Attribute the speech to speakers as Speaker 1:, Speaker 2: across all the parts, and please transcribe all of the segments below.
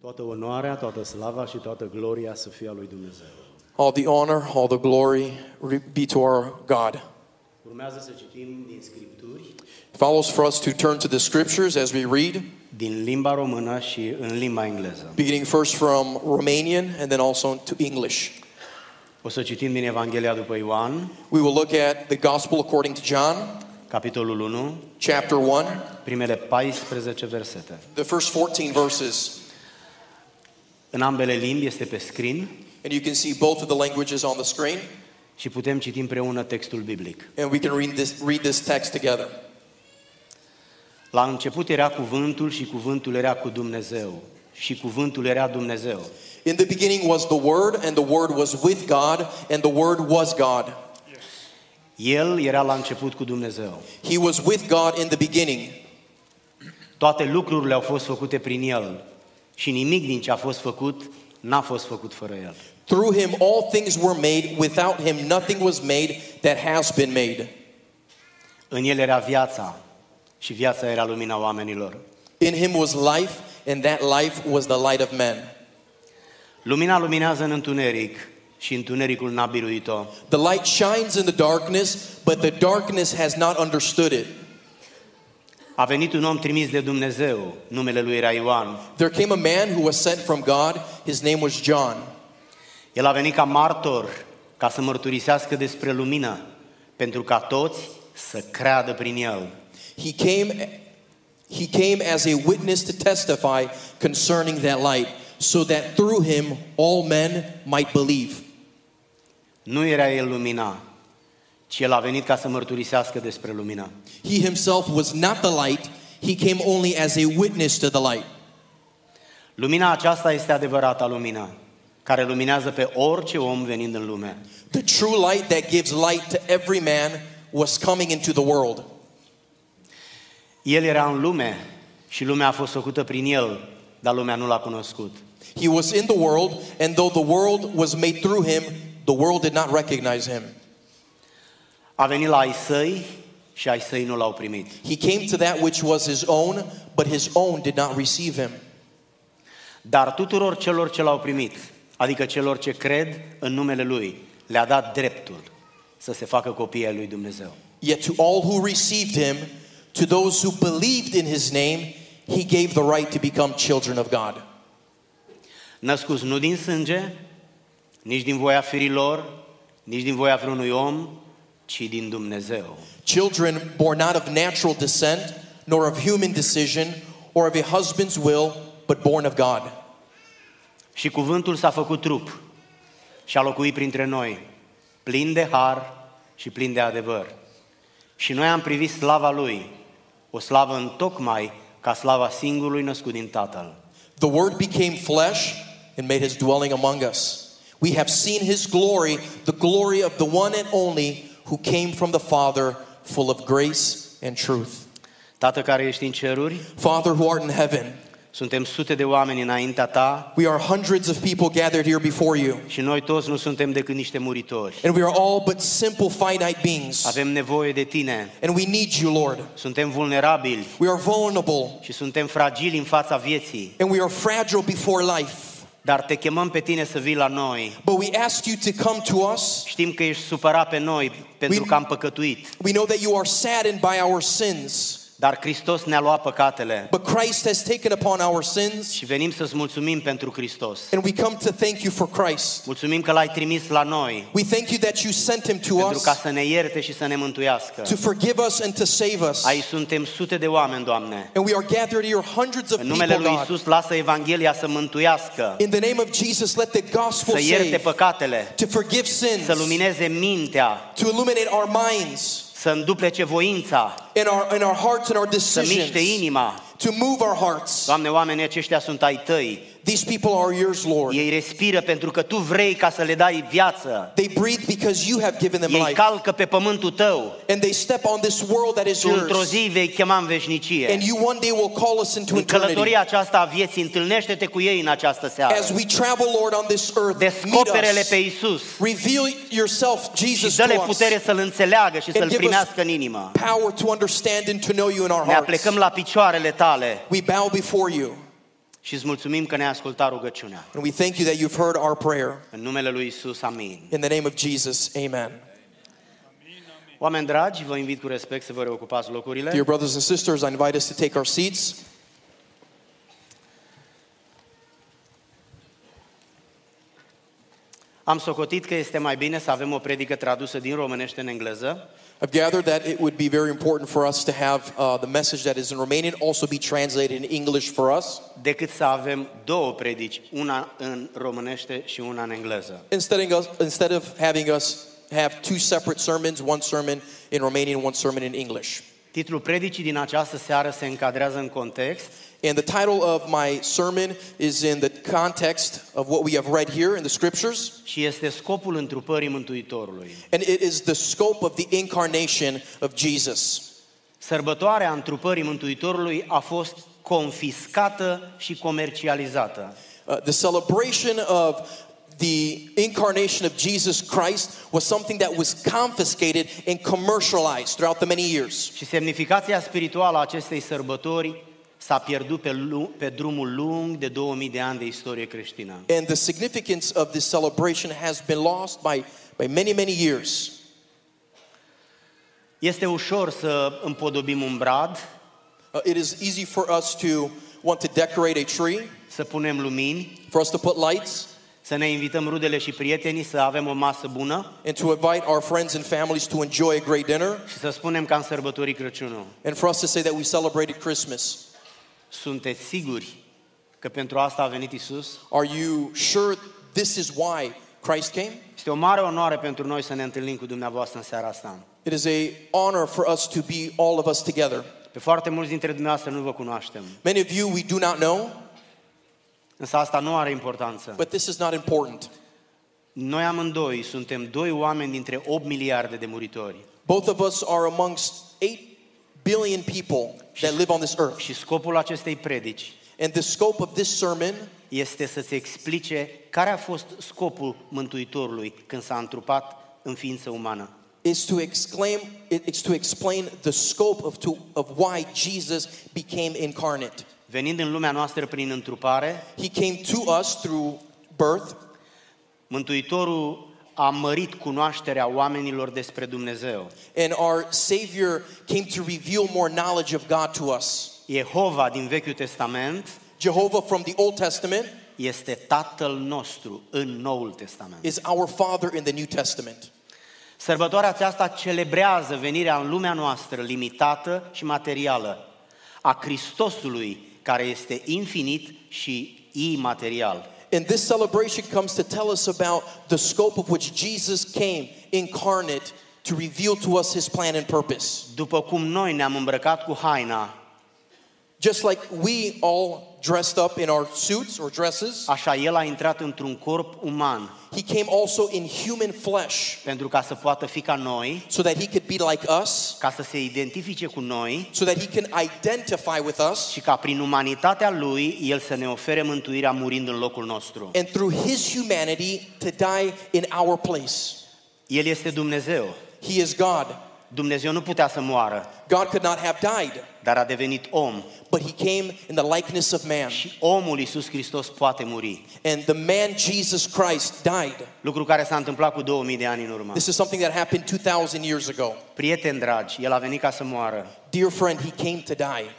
Speaker 1: Toată onoarea, toată slava și toată gloria să fie a lui Dumnezeu.
Speaker 2: All the honor, all the glory re- be to our God.
Speaker 1: Urmează să citim din Scripturi,
Speaker 2: It follows for us to turn to the scriptures as we read,
Speaker 1: din limba română și în limba engleză.
Speaker 2: beginning first from Romanian and then also to English.
Speaker 1: O să citim din Evanghelia după Ioan,
Speaker 2: We will look at the Gospel according to John,
Speaker 1: capitolul 1,
Speaker 2: chapter 1,
Speaker 1: primele 14 versete.
Speaker 2: the first 14 verses.
Speaker 1: În ambele limbi este pe screen
Speaker 2: And you can see both of the languages on the screen,
Speaker 1: și putem citi împreună textul biblic.
Speaker 2: and we can read this, read this text together.
Speaker 1: La început era cuvântul și cuvântul era cu Dumnezeu și cuvântul era Dumnezeu.
Speaker 2: In the beginning was the Word, and the Word was with God, and the Word was God.
Speaker 1: El era la început cu Dumnezeu.
Speaker 2: He was with God in the beginning.
Speaker 1: Toate lucrurile au fost făcute prin El și nimic din ce a fost făcut n-a fost făcut fără El.
Speaker 2: Through him all things were made. Without him nothing was made that has been made.
Speaker 1: În El era viața și viața era lumina oamenilor.
Speaker 2: In him was life, and that life was the light of men.
Speaker 1: Lumina luminează în întuneric și întunericul n-a biruit-o.
Speaker 2: The light shines in the darkness, but the darkness has not understood it.
Speaker 1: A venit un om trimis de Dumnezeu, numele lui era Ioan.
Speaker 2: There came a man who was sent from God. His name was John.
Speaker 1: El a venit ca martor, ca să mărturisească despre lumină, pentru ca toți să creadă prin El.
Speaker 2: He came, he came as a witness to testify concerning that light, so that through him all men might believe.
Speaker 1: Nu era El lumina, ci El a venit ca să mărturisească despre lumină.
Speaker 2: He himself was not the light, he came only as a witness to the light.
Speaker 1: Lumina aceasta este adevărata lumină, care luminează pe orice om venind în lume.
Speaker 2: The true light that gives light to every man was coming into the world.
Speaker 1: El era în lume și lumea a fost făcută prin el, dar lumea nu l-a cunoscut.
Speaker 2: He was in the world, and though the world was made through him, the world did not recognize him.
Speaker 1: A venit la ai săi și ai săi nu l-au primit.
Speaker 2: He came to that which was his own, but his own did not receive him.
Speaker 1: Dar tuturor celor ce l-au primit, adică celor ce cred în numele lui, le-a dat dreptul să se facă copii ai lui Dumnezeu.
Speaker 2: Yet to all who received him, to those who believed in his name, he gave the right to become children of God.
Speaker 1: Născuți nu din sânge, nici din voia firilor, nici din voia vreunui om, ci din Dumnezeu.
Speaker 2: Children born not of natural descent, nor of human decision, or of a husband's will, but born of God.
Speaker 1: Și cuvântul s-a făcut trup și a locuit printre noi, plin de har și plin de adevăr. Și noi am privit slava Lui, o slavă întocmai ca slava singurului născut din Tatăl.
Speaker 2: The Word became flesh and made his dwelling among us. We have seen his glory, the glory of the one and only who came from the Father, full of grace and truth.
Speaker 1: Tată care ești în ceruri,
Speaker 2: Father who art in heaven,
Speaker 1: suntem sute de oameni înaintea Ta
Speaker 2: we are hundreds of people gathered here before you,
Speaker 1: și noi toți nu suntem decât niște muritori.
Speaker 2: and we are all but simple, finite beings.
Speaker 1: Avem nevoie de Tine,
Speaker 2: And we need you, Lord.
Speaker 1: suntem vulnerabili
Speaker 2: We are vulnerable,
Speaker 1: și suntem fragili în fața vieții,
Speaker 2: and we are fragile before life.
Speaker 1: dar Te chemăm pe Tine să vii la noi.
Speaker 2: But we ask you to come to us.
Speaker 1: Știm că ești supărat pe noi pentru că am păcătuit.
Speaker 2: We know that you are saddened by our sins,
Speaker 1: Dar Hristos ne-a luat păcatele
Speaker 2: but Christ has taken upon our sins.
Speaker 1: și venim să-ți mulțumim pentru Hristos.
Speaker 2: And we come to thank you for Christ.
Speaker 1: Mulțumim că l-ai trimis la noi
Speaker 2: We thank you that you sent him to
Speaker 1: pentru ca
Speaker 2: us
Speaker 1: să ne ierte și să ne mântuiască.
Speaker 2: to forgive us and to save us.
Speaker 1: Aici suntem sute de oameni, Doamne.
Speaker 2: And we are gathered here, hundreds of
Speaker 1: În
Speaker 2: people,
Speaker 1: numele Lui
Speaker 2: God.
Speaker 1: Isus lasă Evanghelia să mântuiască,
Speaker 2: In the name of Jesus, let the gospel
Speaker 1: să ierte
Speaker 2: save,
Speaker 1: păcatele,
Speaker 2: to forgive sins,
Speaker 1: să lumineze mintea,
Speaker 2: to illuminate our minds
Speaker 1: să înduplece voința,
Speaker 2: and our, and our hearts and our
Speaker 1: să miște
Speaker 2: decisions,
Speaker 1: inima.
Speaker 2: to move our hearts.
Speaker 1: Doamne, oamenii aceștia sunt ai Tăi.
Speaker 2: These people are yours, Lord.
Speaker 1: Ei respiră pentru că Tu vrei ca să le dai viață.
Speaker 2: They breathe because you have given them
Speaker 1: Ei
Speaker 2: life.
Speaker 1: calcă pe pământul Tău.
Speaker 2: And they step on this world that is
Speaker 1: Tu într-o
Speaker 2: yours.
Speaker 1: zi vei chema în veșnicie.
Speaker 2: And you one day will call us into
Speaker 1: În
Speaker 2: eternity.
Speaker 1: călătoria aceasta a vieții, întâlnește-te cu ei în această seară.
Speaker 2: As we travel, Lord, on this earth, meet
Speaker 1: Descoperele
Speaker 2: us.
Speaker 1: pe Isus
Speaker 2: Reveal yourself, Jesus,
Speaker 1: și
Speaker 2: to
Speaker 1: dă-le
Speaker 2: us,
Speaker 1: putere să-L înțeleagă și să-L
Speaker 2: give us-
Speaker 1: primească în inimă.
Speaker 2: power to understand and to know you in our
Speaker 1: Ne
Speaker 2: hearts.
Speaker 1: aplecăm la picioarele tale
Speaker 2: We bow before you
Speaker 1: Și îți mulțumim că ne-ai ascultat rugăciunea.
Speaker 2: And we thank you that you've heard our prayer.
Speaker 1: În numele lui Isus, amin.
Speaker 2: In the name of Jesus, amen.
Speaker 1: Oameni dragi, vă invit cu respect să vă reocupați locurile.
Speaker 2: Dear brothers and sisters, I invite us to take our seats.
Speaker 1: Am socotit că este mai bine să avem o predică tradusă din românește în engleză,
Speaker 2: I've gathered that it would be very important for us to have uh, the message that is in Romanian also be translated in English for us,
Speaker 1: decât să avem două predici, una în românește și una în engleză.
Speaker 2: instead of, us, instead of having us have two separate sermons, one sermon in Romanian, one sermon in English.
Speaker 1: Titlul predicii din această seară se încadrează în context
Speaker 2: And the title of my sermon is in the context of what we have read here in the scriptures,
Speaker 1: și este scopul întrupării Mântuitorului.
Speaker 2: and it is the scope of the incarnation of Jesus.
Speaker 1: Sărbătoarea întrupării Mântuitorului a fost confiscată și comercializată.
Speaker 2: Uh, the celebration of the incarnation of Jesus Christ was something that was confiscated and commercialized throughout the many years.
Speaker 1: Și semnificația spirituală a acestei sărbători s-a pierdut pe, lu- pe drumul lung de 2000 de ani de istorie creștină.
Speaker 2: And the significance of this celebration has been lost by, by many, many years.
Speaker 1: Este ușor să împodobim un brad,
Speaker 2: Uh, it is easy for us to want to decorate a tree,
Speaker 1: să punem lumini,
Speaker 2: for us to put lights,
Speaker 1: să ne invităm rudele și prietenii să avem o masă bună
Speaker 2: and to invite our friends and families to enjoy a great dinner,
Speaker 1: și să spunem că am sărbătorit Crăciunul.
Speaker 2: and for us to say that we celebrated Christmas.
Speaker 1: Sunteți siguri că pentru asta a venit Isus?
Speaker 2: Are you sure this is why Christ came?
Speaker 1: Este o mare onoare pentru noi să ne întâlnim cu dumneavoastră în seara asta.
Speaker 2: It is a honor for us to be all of us together.
Speaker 1: Pe foarte mulți dintre dumneavoastră nu vă cunoaștem,
Speaker 2: Many of you we do not know,
Speaker 1: însă asta nu are importanță.
Speaker 2: but this is not important.
Speaker 1: Noi amândoi suntem doi oameni dintre 8 miliarde de muritori
Speaker 2: Both of us are amongst 8 billion people that live on this earth.
Speaker 1: și scopul acestei predici
Speaker 2: And the scope of this sermon
Speaker 1: este să-ți explice care a fost scopul Mântuitorului când s-a întrupat în ființă umană.
Speaker 2: is to exclaim it's to explain the scope of to, of why Jesus became incarnate.
Speaker 1: Venind în lumea noastră prin întrupare,
Speaker 2: He came to us through birth.
Speaker 1: Mântuitorul a mărit cunoașterea oamenilor despre Dumnezeu.
Speaker 2: And our Savior came to reveal more knowledge of God to us.
Speaker 1: Jehova din Vechiul Testament
Speaker 2: Jehovah from the Old Testament
Speaker 1: este Tatăl nostru în Noul Testament.
Speaker 2: is our Father in the New Testament.
Speaker 1: Sărbătoarea aceasta celebrează venirea în lumea noastră limitată și materială a Hristosului care este infinit și imaterial.
Speaker 2: And this celebration comes to tell us about the scope of which Jesus came incarnate to reveal to us his plan and purpose.
Speaker 1: După cum noi ne-am îmbrăcat cu haina,
Speaker 2: Just like we all dressed up in our suits or dresses,
Speaker 1: așa El a intrat într-un corp uman
Speaker 2: he came also in human flesh
Speaker 1: pentru ca să poată fi ca noi,
Speaker 2: so that he could be like us,
Speaker 1: ca să se identifice cu noi
Speaker 2: so that he can identify with us,
Speaker 1: și ca prin umanitatea Lui El să ne ofere mântuirea murind în locul nostru.
Speaker 2: and through his humanity to die in our place.
Speaker 1: El este Dumnezeu.
Speaker 2: He is God.
Speaker 1: Dumnezeu nu putea să moară,
Speaker 2: God could not have died,
Speaker 1: dar a devenit om.
Speaker 2: but he came in the likeness of man.
Speaker 1: Și omul Iisus Hristos poate muri.
Speaker 2: And the man Jesus Christ died.
Speaker 1: Lucru care s-a întâmplat cu 2000 de ani în urmă.
Speaker 2: This is something that happened 2,000 years ago.
Speaker 1: Prieteni dragi, El a venit ca să moară.
Speaker 2: Dear friend, he came to die.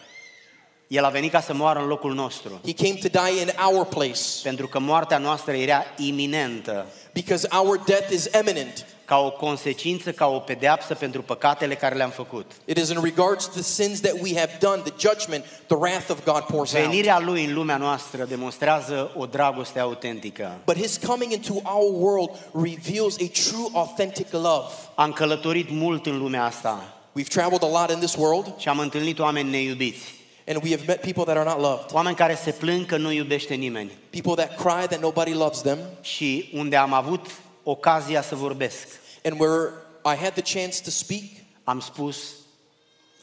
Speaker 1: El a venit ca să moară în locul nostru.
Speaker 2: He came to die in our place
Speaker 1: Pentru că moartea noastră era iminentă,
Speaker 2: because our death is imminent.
Speaker 1: ca o consecință, ca o pedeapsă pentru păcatele care le-am făcut.
Speaker 2: It is in regards to the sins that we have done, the judgment, the wrath of God pours out.
Speaker 1: Venirea Lui în lumea noastră demonstrează o dragoste autentică.
Speaker 2: But his coming into our world reveals a true, authentic love.
Speaker 1: Am călătorit mult în lumea asta
Speaker 2: We've traveled a lot in this world,
Speaker 1: și am întâlnit oameni neiubiți.
Speaker 2: and we have met people that are not loved,
Speaker 1: Oameni care se plâng că nu iubește nimeni.
Speaker 2: people that cry that nobody loves them,
Speaker 1: Și unde am avut ocazia să vorbesc,
Speaker 2: and where I had the chance to speak,
Speaker 1: am spus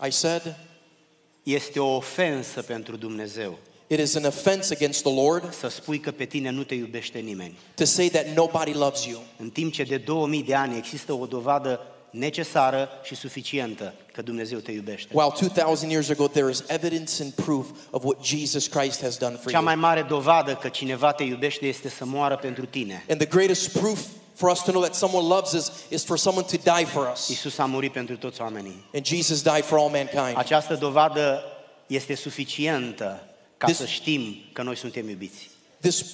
Speaker 2: I said,
Speaker 1: Este o ofensă pentru Dumnezeu
Speaker 2: It is an offense against the Lord
Speaker 1: să spui că pe tine nu te iubește nimeni.
Speaker 2: to say that nobody loves you.
Speaker 1: În timp ce de 2000 de ani există o dovadă necesară și suficientă că Dumnezeu te iubește.
Speaker 2: While 2,000 years ago, there is evidence and proof of what Jesus Christ has done for
Speaker 1: Cea
Speaker 2: you.
Speaker 1: mai mare dovadă că cineva te iubește este să moară pentru tine.
Speaker 2: And the greatest proof for us to know that someone loves us is for someone to die for us.
Speaker 1: Isus a murit pentru toți oamenii.
Speaker 2: And Jesus died for all mankind.
Speaker 1: Această dovadă este suficientă ca
Speaker 2: This-
Speaker 1: să știm că noi suntem iubiți.
Speaker 2: This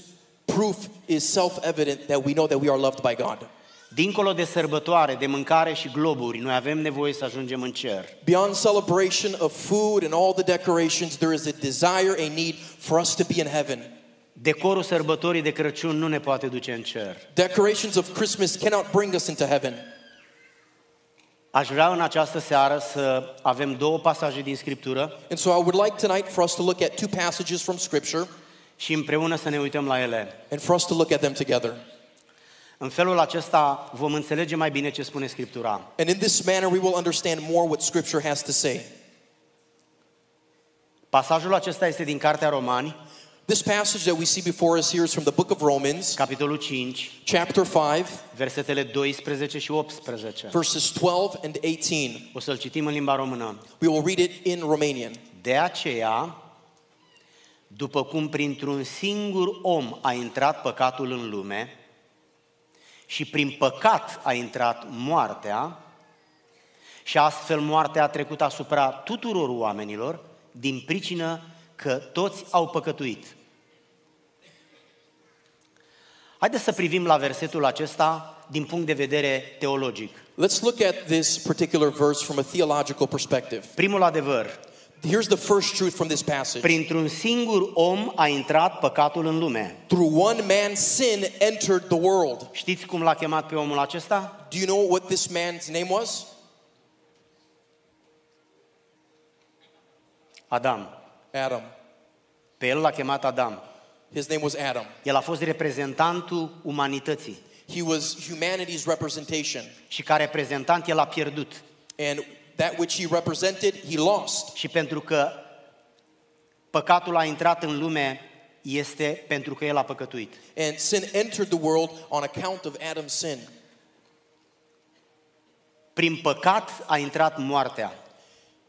Speaker 2: proof is self evident that we know that we are loved by God.
Speaker 1: Dincolo de sărbătoare, de mâncare și globuri, noi avem nevoie să ajungem în cer.
Speaker 2: Beyond celebration of food and all the decorations, there is a desire, a need for us to be in heaven.
Speaker 1: Decorul sărbătorii de Crăciun nu ne poate duce în cer.
Speaker 2: Decorations of Christmas cannot bring us into heaven.
Speaker 1: Aș vrea în această seară să avem două pasaje din Scriptură
Speaker 2: And so I would like tonight for us to look at two passages from Scripture
Speaker 1: și împreună să ne uităm la ele.
Speaker 2: and for us to look at them together.
Speaker 1: În felul acesta vom înțelege mai bine ce spune Scriptura.
Speaker 2: And in this manner, we will understand more what Scripture has to say.
Speaker 1: Pasajul acesta este din Cartea Romani,
Speaker 2: This passage that we see before us here is from the book of Romans,
Speaker 1: capitolul 5,
Speaker 2: chapter 5,
Speaker 1: versetele 12 și 18.
Speaker 2: verses 12 and 18.
Speaker 1: O să-l citim în limba română.
Speaker 2: We will read it in Romanian.
Speaker 1: De aceea, după cum printr-un singur om a intrat păcatul în lume și prin păcat a intrat moartea și astfel moartea a trecut asupra tuturor oamenilor din pricină că toți au păcătuit. Haideți să privim la versetul acesta din punct de vedere teologic.
Speaker 2: Let's look at this particular verse from a theological perspective.
Speaker 1: Primul adevăr,
Speaker 2: Here's the first truth from this passage.
Speaker 1: printr-un singur om a intrat păcatul în lume.
Speaker 2: Through one man, sin entered the world.
Speaker 1: Știți cum l-a chemat pe omul acesta?
Speaker 2: Do you know what this man's name was?
Speaker 1: Adam.
Speaker 2: Adam.
Speaker 1: Pe el l-a chemat Adam.
Speaker 2: His name was Adam.
Speaker 1: El a fost reprezentantul umanității
Speaker 2: He was humanity's representation.
Speaker 1: și ca reprezentant el a pierdut.
Speaker 2: And that which he represented, he lost.
Speaker 1: Și pentru că păcatul a intrat în lume este pentru că el a păcătuit.
Speaker 2: And sin entered the world on account of Adam's sin.
Speaker 1: Prin păcat a intrat moartea.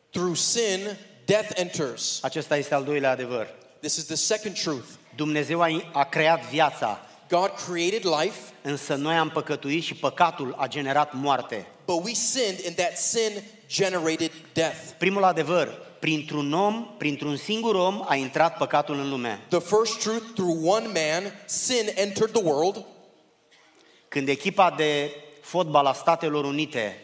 Speaker 2: Through sin, death enters.
Speaker 1: Acesta este al doilea adevăr.
Speaker 2: This is the second truth.
Speaker 1: Dumnezeu a, a creat viața,
Speaker 2: God created life,
Speaker 1: însă noi am păcătuit și păcatul a generat moarte.
Speaker 2: but we sinned, and that sin generated death.
Speaker 1: Primul adevăr, printr-un om, printr-un singur om a intrat păcatul în lume.
Speaker 2: The first truth through one man, sin entered the world.
Speaker 1: Când echipa de fotbal a Statelor Unite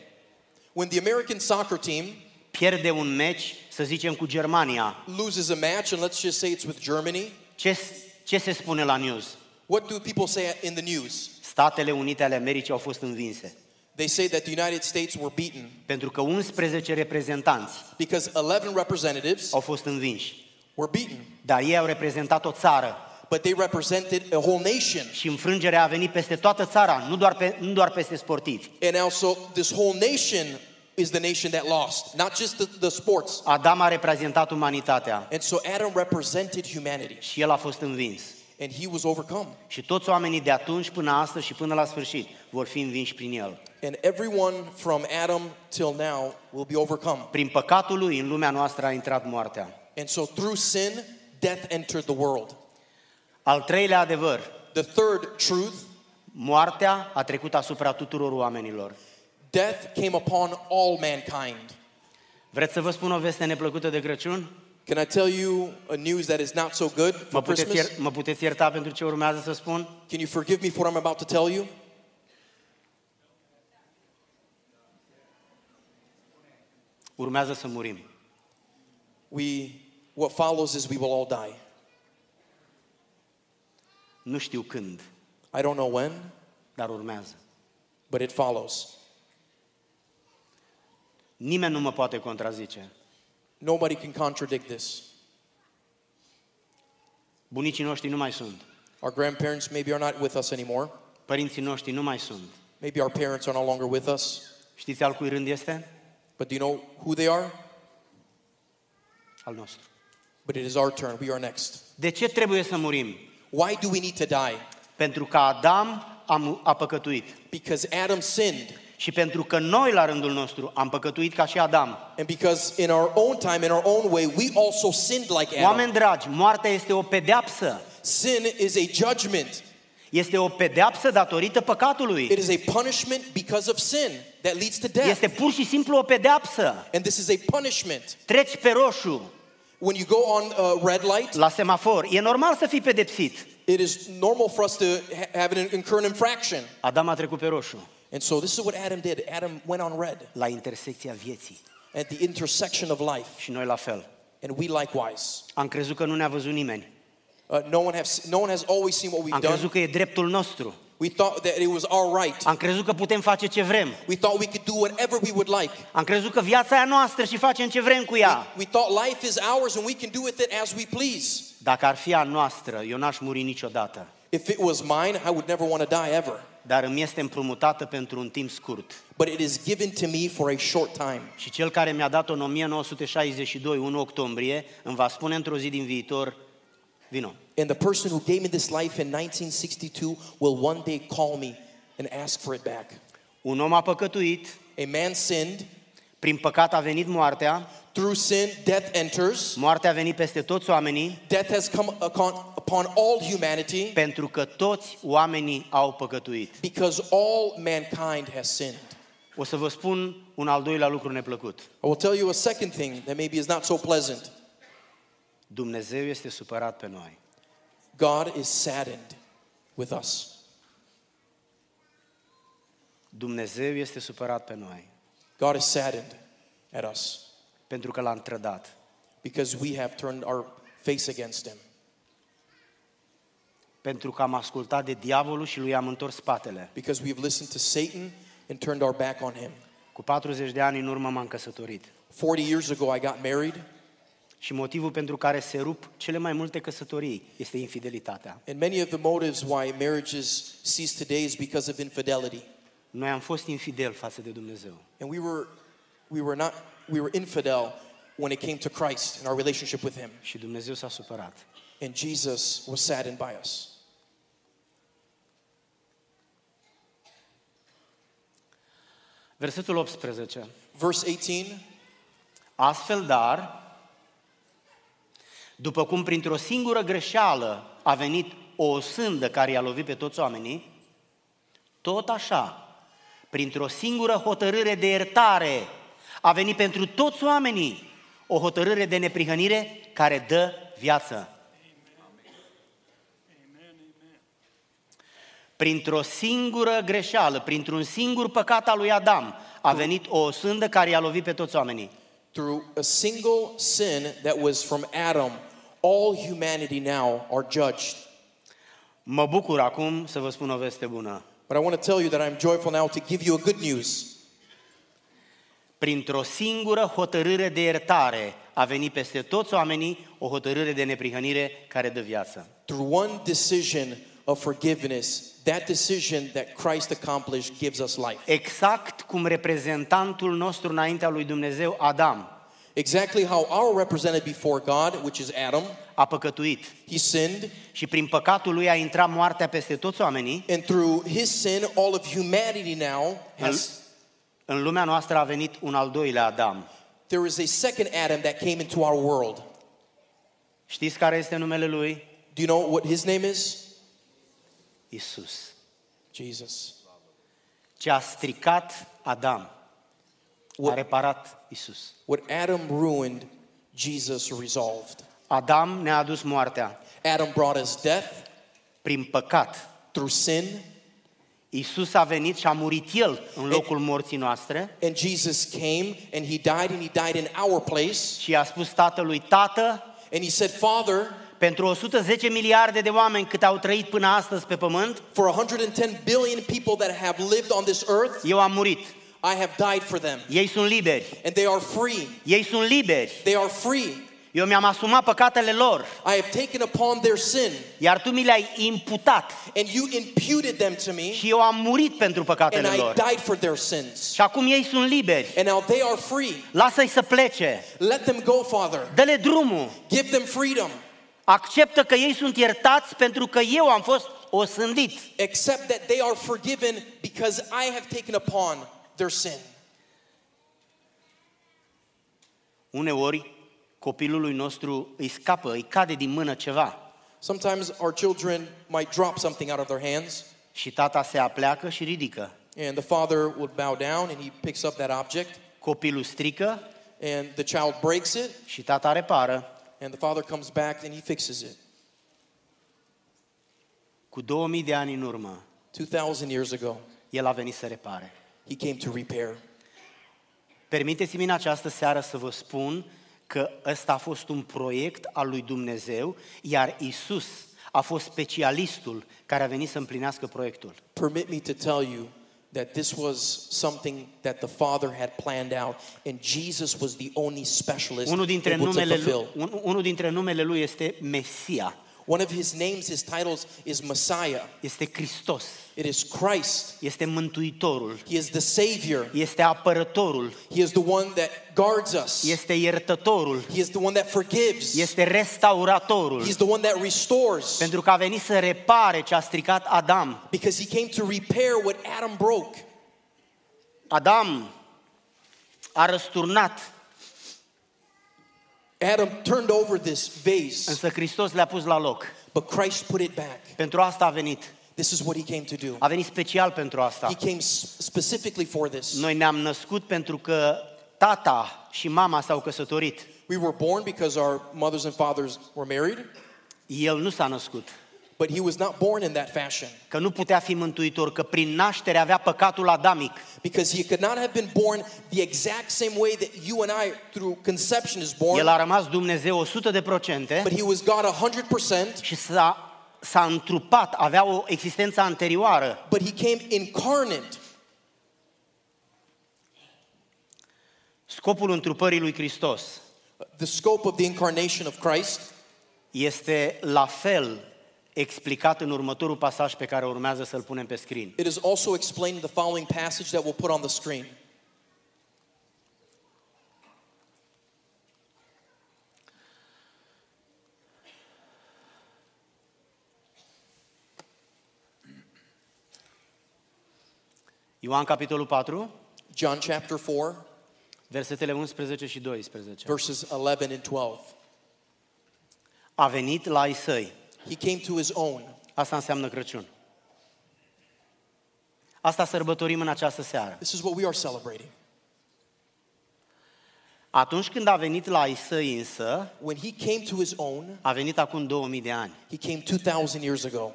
Speaker 2: When the American soccer team
Speaker 1: pierde un meci, să zicem, cu Germania,
Speaker 2: loses a match, and let's just say it's with Germany,
Speaker 1: ce, ce se spune la news?
Speaker 2: what do people say in the news?
Speaker 1: Statele Unite ale Americii au fost învinse.
Speaker 2: They say that the United States were beaten
Speaker 1: Pentru că 11 reprezentanți
Speaker 2: because 11 representatives
Speaker 1: au fost învinși.
Speaker 2: were beaten,
Speaker 1: Dar ei au reprezentat o țară
Speaker 2: but they represented a whole nation.
Speaker 1: și înfrângerea a venit peste toată țara, nu doar, pe, nu doar peste sportivi.
Speaker 2: And also, this whole nation is the nation that lost, not just the, the sports.
Speaker 1: Adam a reprezentat umanitatea
Speaker 2: And so Adam represented humanity,
Speaker 1: și el a fost învins.
Speaker 2: and he was overcome.
Speaker 1: Și toți oamenii de atunci până astăzi și până la sfârșit vor fi învinși prin el.
Speaker 2: And everyone from Adam till now will be overcome.
Speaker 1: Prin păcatul lui în lumea noastră a intrat moartea.
Speaker 2: And so through sin, death entered the world.
Speaker 1: Al treilea adevăr,
Speaker 2: The third truth,
Speaker 1: moartea a trecut asupra tuturor oamenilor.
Speaker 2: death came upon all mankind.
Speaker 1: Vreți să vă spun o veste neplăcută de Crăciun?
Speaker 2: Can I tell you a news that is not so good for
Speaker 1: Mă puteți,
Speaker 2: Christmas?
Speaker 1: ier- mă puteți ierta pentru ce urmează să spun?
Speaker 2: Can you forgive me for what I'm about to tell you?
Speaker 1: Urmează să murim.
Speaker 2: We what follows is we will all die.
Speaker 1: Nu știu când,
Speaker 2: I don't know when,
Speaker 1: dar urmează.
Speaker 2: but it follows.
Speaker 1: Nimeni nu mă poate contrazice.
Speaker 2: Nobody can contradict this.
Speaker 1: Bunicii noștri nu mai sunt.
Speaker 2: Our grandparents maybe are not with us anymore.
Speaker 1: Părinții noștri nu mai sunt.
Speaker 2: Maybe our parents are no longer with us.
Speaker 1: Știți al cui rând este?
Speaker 2: But do you know who they are?
Speaker 1: Al nostru.
Speaker 2: But it is our turn. We are next.
Speaker 1: De ce trebuie să murim?
Speaker 2: Why do we need to die?
Speaker 1: Pentru că Adam a, mu- a păcătuit
Speaker 2: Because Adam sinned
Speaker 1: Și pentru că noi, la rândul nostru, am păcătuit ca și Adam.
Speaker 2: And because in our own time, in our own way, we also sinned like Adam.
Speaker 1: Oameni dragi, moartea este o pedeapsă.
Speaker 2: Sin is a judgment,
Speaker 1: Este o pedeapsă datorită
Speaker 2: it
Speaker 1: păcatului.
Speaker 2: is a punishment because of sin that leads to death.
Speaker 1: Este pur și simplu o pedeapsă.
Speaker 2: And this is a punishment.
Speaker 1: Treci pe roșu,
Speaker 2: When you go on uh, red light,
Speaker 1: la semafor. E normal să fii pedepsit.
Speaker 2: it is normal for us to ha- have an incur an infraction.
Speaker 1: Adam a trecut pe roșu,
Speaker 2: And so this is what Adam did. Adam went on red
Speaker 1: la intersecția vieții.
Speaker 2: at the intersection of life,
Speaker 1: Și noi la fel.
Speaker 2: and we likewise.
Speaker 1: Am crezut că nu ne-a văzut nimeni.
Speaker 2: Uh, no one has no one has always seen what we've
Speaker 1: Am
Speaker 2: done.
Speaker 1: crezut că e dreptul nostru.
Speaker 2: We thought that it was our right.
Speaker 1: Am crezut că putem face ce vrem.
Speaker 2: We thought we could do whatever we would like.
Speaker 1: Am crezut că viața e a noastră și facem ce vrem cu ea.
Speaker 2: We thought life is ours and we can do with it as we please.
Speaker 1: Dacă ar fi a noastră, eu n-aș muri niciodată.
Speaker 2: If it was mine, I would never want to die ever.
Speaker 1: Dar îmi este împrumutată pentru un timp scurt.
Speaker 2: But it is given to me for a short time.
Speaker 1: Și cel care mi-a dat-o în 1962, 1 octombrie, îmi va spune într-o zi din viitor, vino.
Speaker 2: And the person who gave me this life in 1962 will one day call me and ask for it back.
Speaker 1: Un om a păcătuit,
Speaker 2: A man sinned.
Speaker 1: prin păcat a venit moartea,
Speaker 2: Through sin, death enters.
Speaker 1: moartea a venit peste toți oamenii,
Speaker 2: Death has come upon, upon all humanity
Speaker 1: pentru că toți oamenii au păcătuit.
Speaker 2: because all mankind has sinned.
Speaker 1: O să vă spun un al doilea lucru neplăcut.
Speaker 2: I will tell you a second thing that maybe is not so pleasant.
Speaker 1: Dumnezeu este supărat pe noi.
Speaker 2: God is saddened with us.
Speaker 1: Dumnezeu este supărat pe noi,
Speaker 2: God is saddened at us
Speaker 1: pentru că l-am trădat,
Speaker 2: because we have turned our face against him,
Speaker 1: pentru că am ascultat de diavolul și lui am întors spatele.
Speaker 2: because we've listened to Satan and turned our back on him.
Speaker 1: Cu 40 de ani în urmă m-am căsătorit.
Speaker 2: 40 years ago, I got married,
Speaker 1: Și motivul pentru care se rup cele mai multe căsătorii este infidelitatea.
Speaker 2: and many of the motives why marriages cease today is because of infidelity.
Speaker 1: Noi am fost infideli față de Dumnezeu.
Speaker 2: And we were, we were not, we were infidel when it came to Christ and our relationship with him.
Speaker 1: Și Dumnezeu s-a supărat.
Speaker 2: And Jesus was saddened by us.
Speaker 1: Versetul 18.
Speaker 2: Verse 18,
Speaker 1: Astfel, dar, după cum printr-o singură greșeală a venit o sândă care i-a lovit pe toți oamenii, tot așa, printr-o singură hotărâre de iertare, a venit pentru toți oamenii o hotărâre de neprihănire care dă viață. Printr-o singură greșeală, printr-un singur păcat al lui Adam, a venit o sândă care i-a lovit pe toți oamenii.
Speaker 2: through a single sin that was from Adam, all humanity now are judged.
Speaker 1: Mă bucur acum să vă spun o veste bună.
Speaker 2: But I want to tell you that I'm joyful now to give you a good news.
Speaker 1: Printr-o singură hotărâre de iertare a venit peste toți oamenii o hotărâre de neprihănire care dă viață.
Speaker 2: Through one decision of forgiveness, that decision that Christ accomplished gives us life.
Speaker 1: Exact cum reprezentantul nostru înaintea lui Dumnezeu, Adam,
Speaker 2: Exactly how our represented before God, which is Adam,
Speaker 1: a păcătuit
Speaker 2: he sinned,
Speaker 1: și prin păcatul lui a intrat moartea peste toți oamenii,
Speaker 2: and through his sin, all of humanity now has.
Speaker 1: în lumea noastră a venit un al doilea Adam.
Speaker 2: There is a second Adam that came into our world.
Speaker 1: Știți care este numele lui?
Speaker 2: Do you know what his name is?
Speaker 1: Isus.
Speaker 2: Jesus.
Speaker 1: Ce a stricat Adam, a reparat Isus.
Speaker 2: What Adam ruined, Jesus resolved.
Speaker 1: Adam ne-a adus moartea
Speaker 2: Adam brought us death
Speaker 1: prin păcat.
Speaker 2: through sin,
Speaker 1: Isus a venit și a murit El în locul morții noastre
Speaker 2: And Jesus came and he died and he died in our place.
Speaker 1: și i-a spus tatălui, Tată,
Speaker 2: And he said, Father,
Speaker 1: pentru 110 miliarde de oameni cât au trăit până astăzi pe pământ,
Speaker 2: for 110 billion people that have lived on this earth,
Speaker 1: eu am murit.
Speaker 2: I have died for them.
Speaker 1: Ei sunt liberi.
Speaker 2: And they are free.
Speaker 1: Ei sunt liberi.
Speaker 2: They are free.
Speaker 1: Eu mi-am asumat păcatele lor,
Speaker 2: I have taken upon their sin
Speaker 1: iar tu mi le-ai imputat
Speaker 2: and you imputed them to me
Speaker 1: și eu am murit pentru
Speaker 2: and
Speaker 1: păcatele
Speaker 2: I
Speaker 1: lor.
Speaker 2: died for their sins.
Speaker 1: Și acum ei sunt liberi.
Speaker 2: And now they are free.
Speaker 1: Lasă-i să plece.
Speaker 2: Let them go, Father.
Speaker 1: Dă-le drumul.
Speaker 2: Give them freedom.
Speaker 1: Acceptă că ei sunt iertați pentru că eu am fost osândit.
Speaker 2: Accept that they are forgiven because I have taken upon their sin.
Speaker 1: Uneori copilului nostru îi scapă, îi cade din mână ceva
Speaker 2: Sometimes our children might drop something out of their hands,
Speaker 1: și tata se apleacă și ridică.
Speaker 2: and the father would bow down and he picks up that object,
Speaker 1: Copilul strică
Speaker 2: and the child breaks it,
Speaker 1: și tata repară.
Speaker 2: and the father comes back and he fixes it.
Speaker 1: Cu 2000 de ani în urmă,
Speaker 2: 2,000 years ago,
Speaker 1: el a venit să repare.
Speaker 2: he came to repair.
Speaker 1: Permiteți-mi în această seară să vă spun că ăsta a fost un proiect al lui Dumnezeu, iar Isus a fost specialistul care a venit să împlinească proiectul.
Speaker 2: Permit me to tell you that this was something that the father had planned out, and Jesus was the only specialist
Speaker 1: Unul dintre,
Speaker 2: able to
Speaker 1: numele lui,
Speaker 2: fulfill.
Speaker 1: un, unul dintre numele lui este Mesia,
Speaker 2: One of his names, his titles, is Messiah.
Speaker 1: este Hristos,
Speaker 2: It is Christ.
Speaker 1: este Mântuitorul,
Speaker 2: He is the Savior.
Speaker 1: este Apărătorul,
Speaker 2: He is the one that guards us.
Speaker 1: este Iertătorul,
Speaker 2: He is the one that forgives.
Speaker 1: este Restauratorul,
Speaker 2: He's the one that restores.
Speaker 1: pentru că a venit să repare ce a stricat Adam.
Speaker 2: Because he came to repair what Adam broke.
Speaker 1: Adam a răsturnat,
Speaker 2: Adam turned over this vase,
Speaker 1: însă Hristos le-a pus la loc.
Speaker 2: but Christ put it back.
Speaker 1: Pentru asta a venit.
Speaker 2: This is what he came to do.
Speaker 1: A venit special pentru asta.
Speaker 2: He came s- specifically for this.
Speaker 1: Noi ne-am născut pentru că tata și mama s-au căsătorit.
Speaker 2: We were born because our mothers and fathers were married,
Speaker 1: El nu s-a născut.
Speaker 2: but he was not born in that fashion
Speaker 1: Că nu putea fi mântuitor, că prin naștere avea păcatul adamic.
Speaker 2: because he could not have been born the exact same way that you and I, through conception, is born.
Speaker 1: El a rămas Dumnezeu 100 de procente
Speaker 2: But he was God 100%,
Speaker 1: și s-a, s-a întrupat, avea o existență anterioară.
Speaker 2: but he came incarnate.
Speaker 1: Scopul întrupării lui Hristos
Speaker 2: The scope of the incarnation of Christ
Speaker 1: este la fel explicat în următorul pasaj pe care urmează să-l punem pe screen.
Speaker 2: It is also explained in the following passage that we'll put on the screen.
Speaker 1: Ioan capitolul 4,
Speaker 2: John chapter 4,
Speaker 1: versetele 11 și 12.
Speaker 2: verses 11 and 12.
Speaker 1: A venit la ai săi.
Speaker 2: He came to his own.
Speaker 1: Asta înseamnă Crăciun. Asta sărbătorim în această seară.
Speaker 2: This is what we are celebrating.
Speaker 1: Atunci când a venit la ai săi însă,
Speaker 2: When he came to his own,
Speaker 1: a venit acum 2000 de ani,
Speaker 2: he came 2,000 years ago,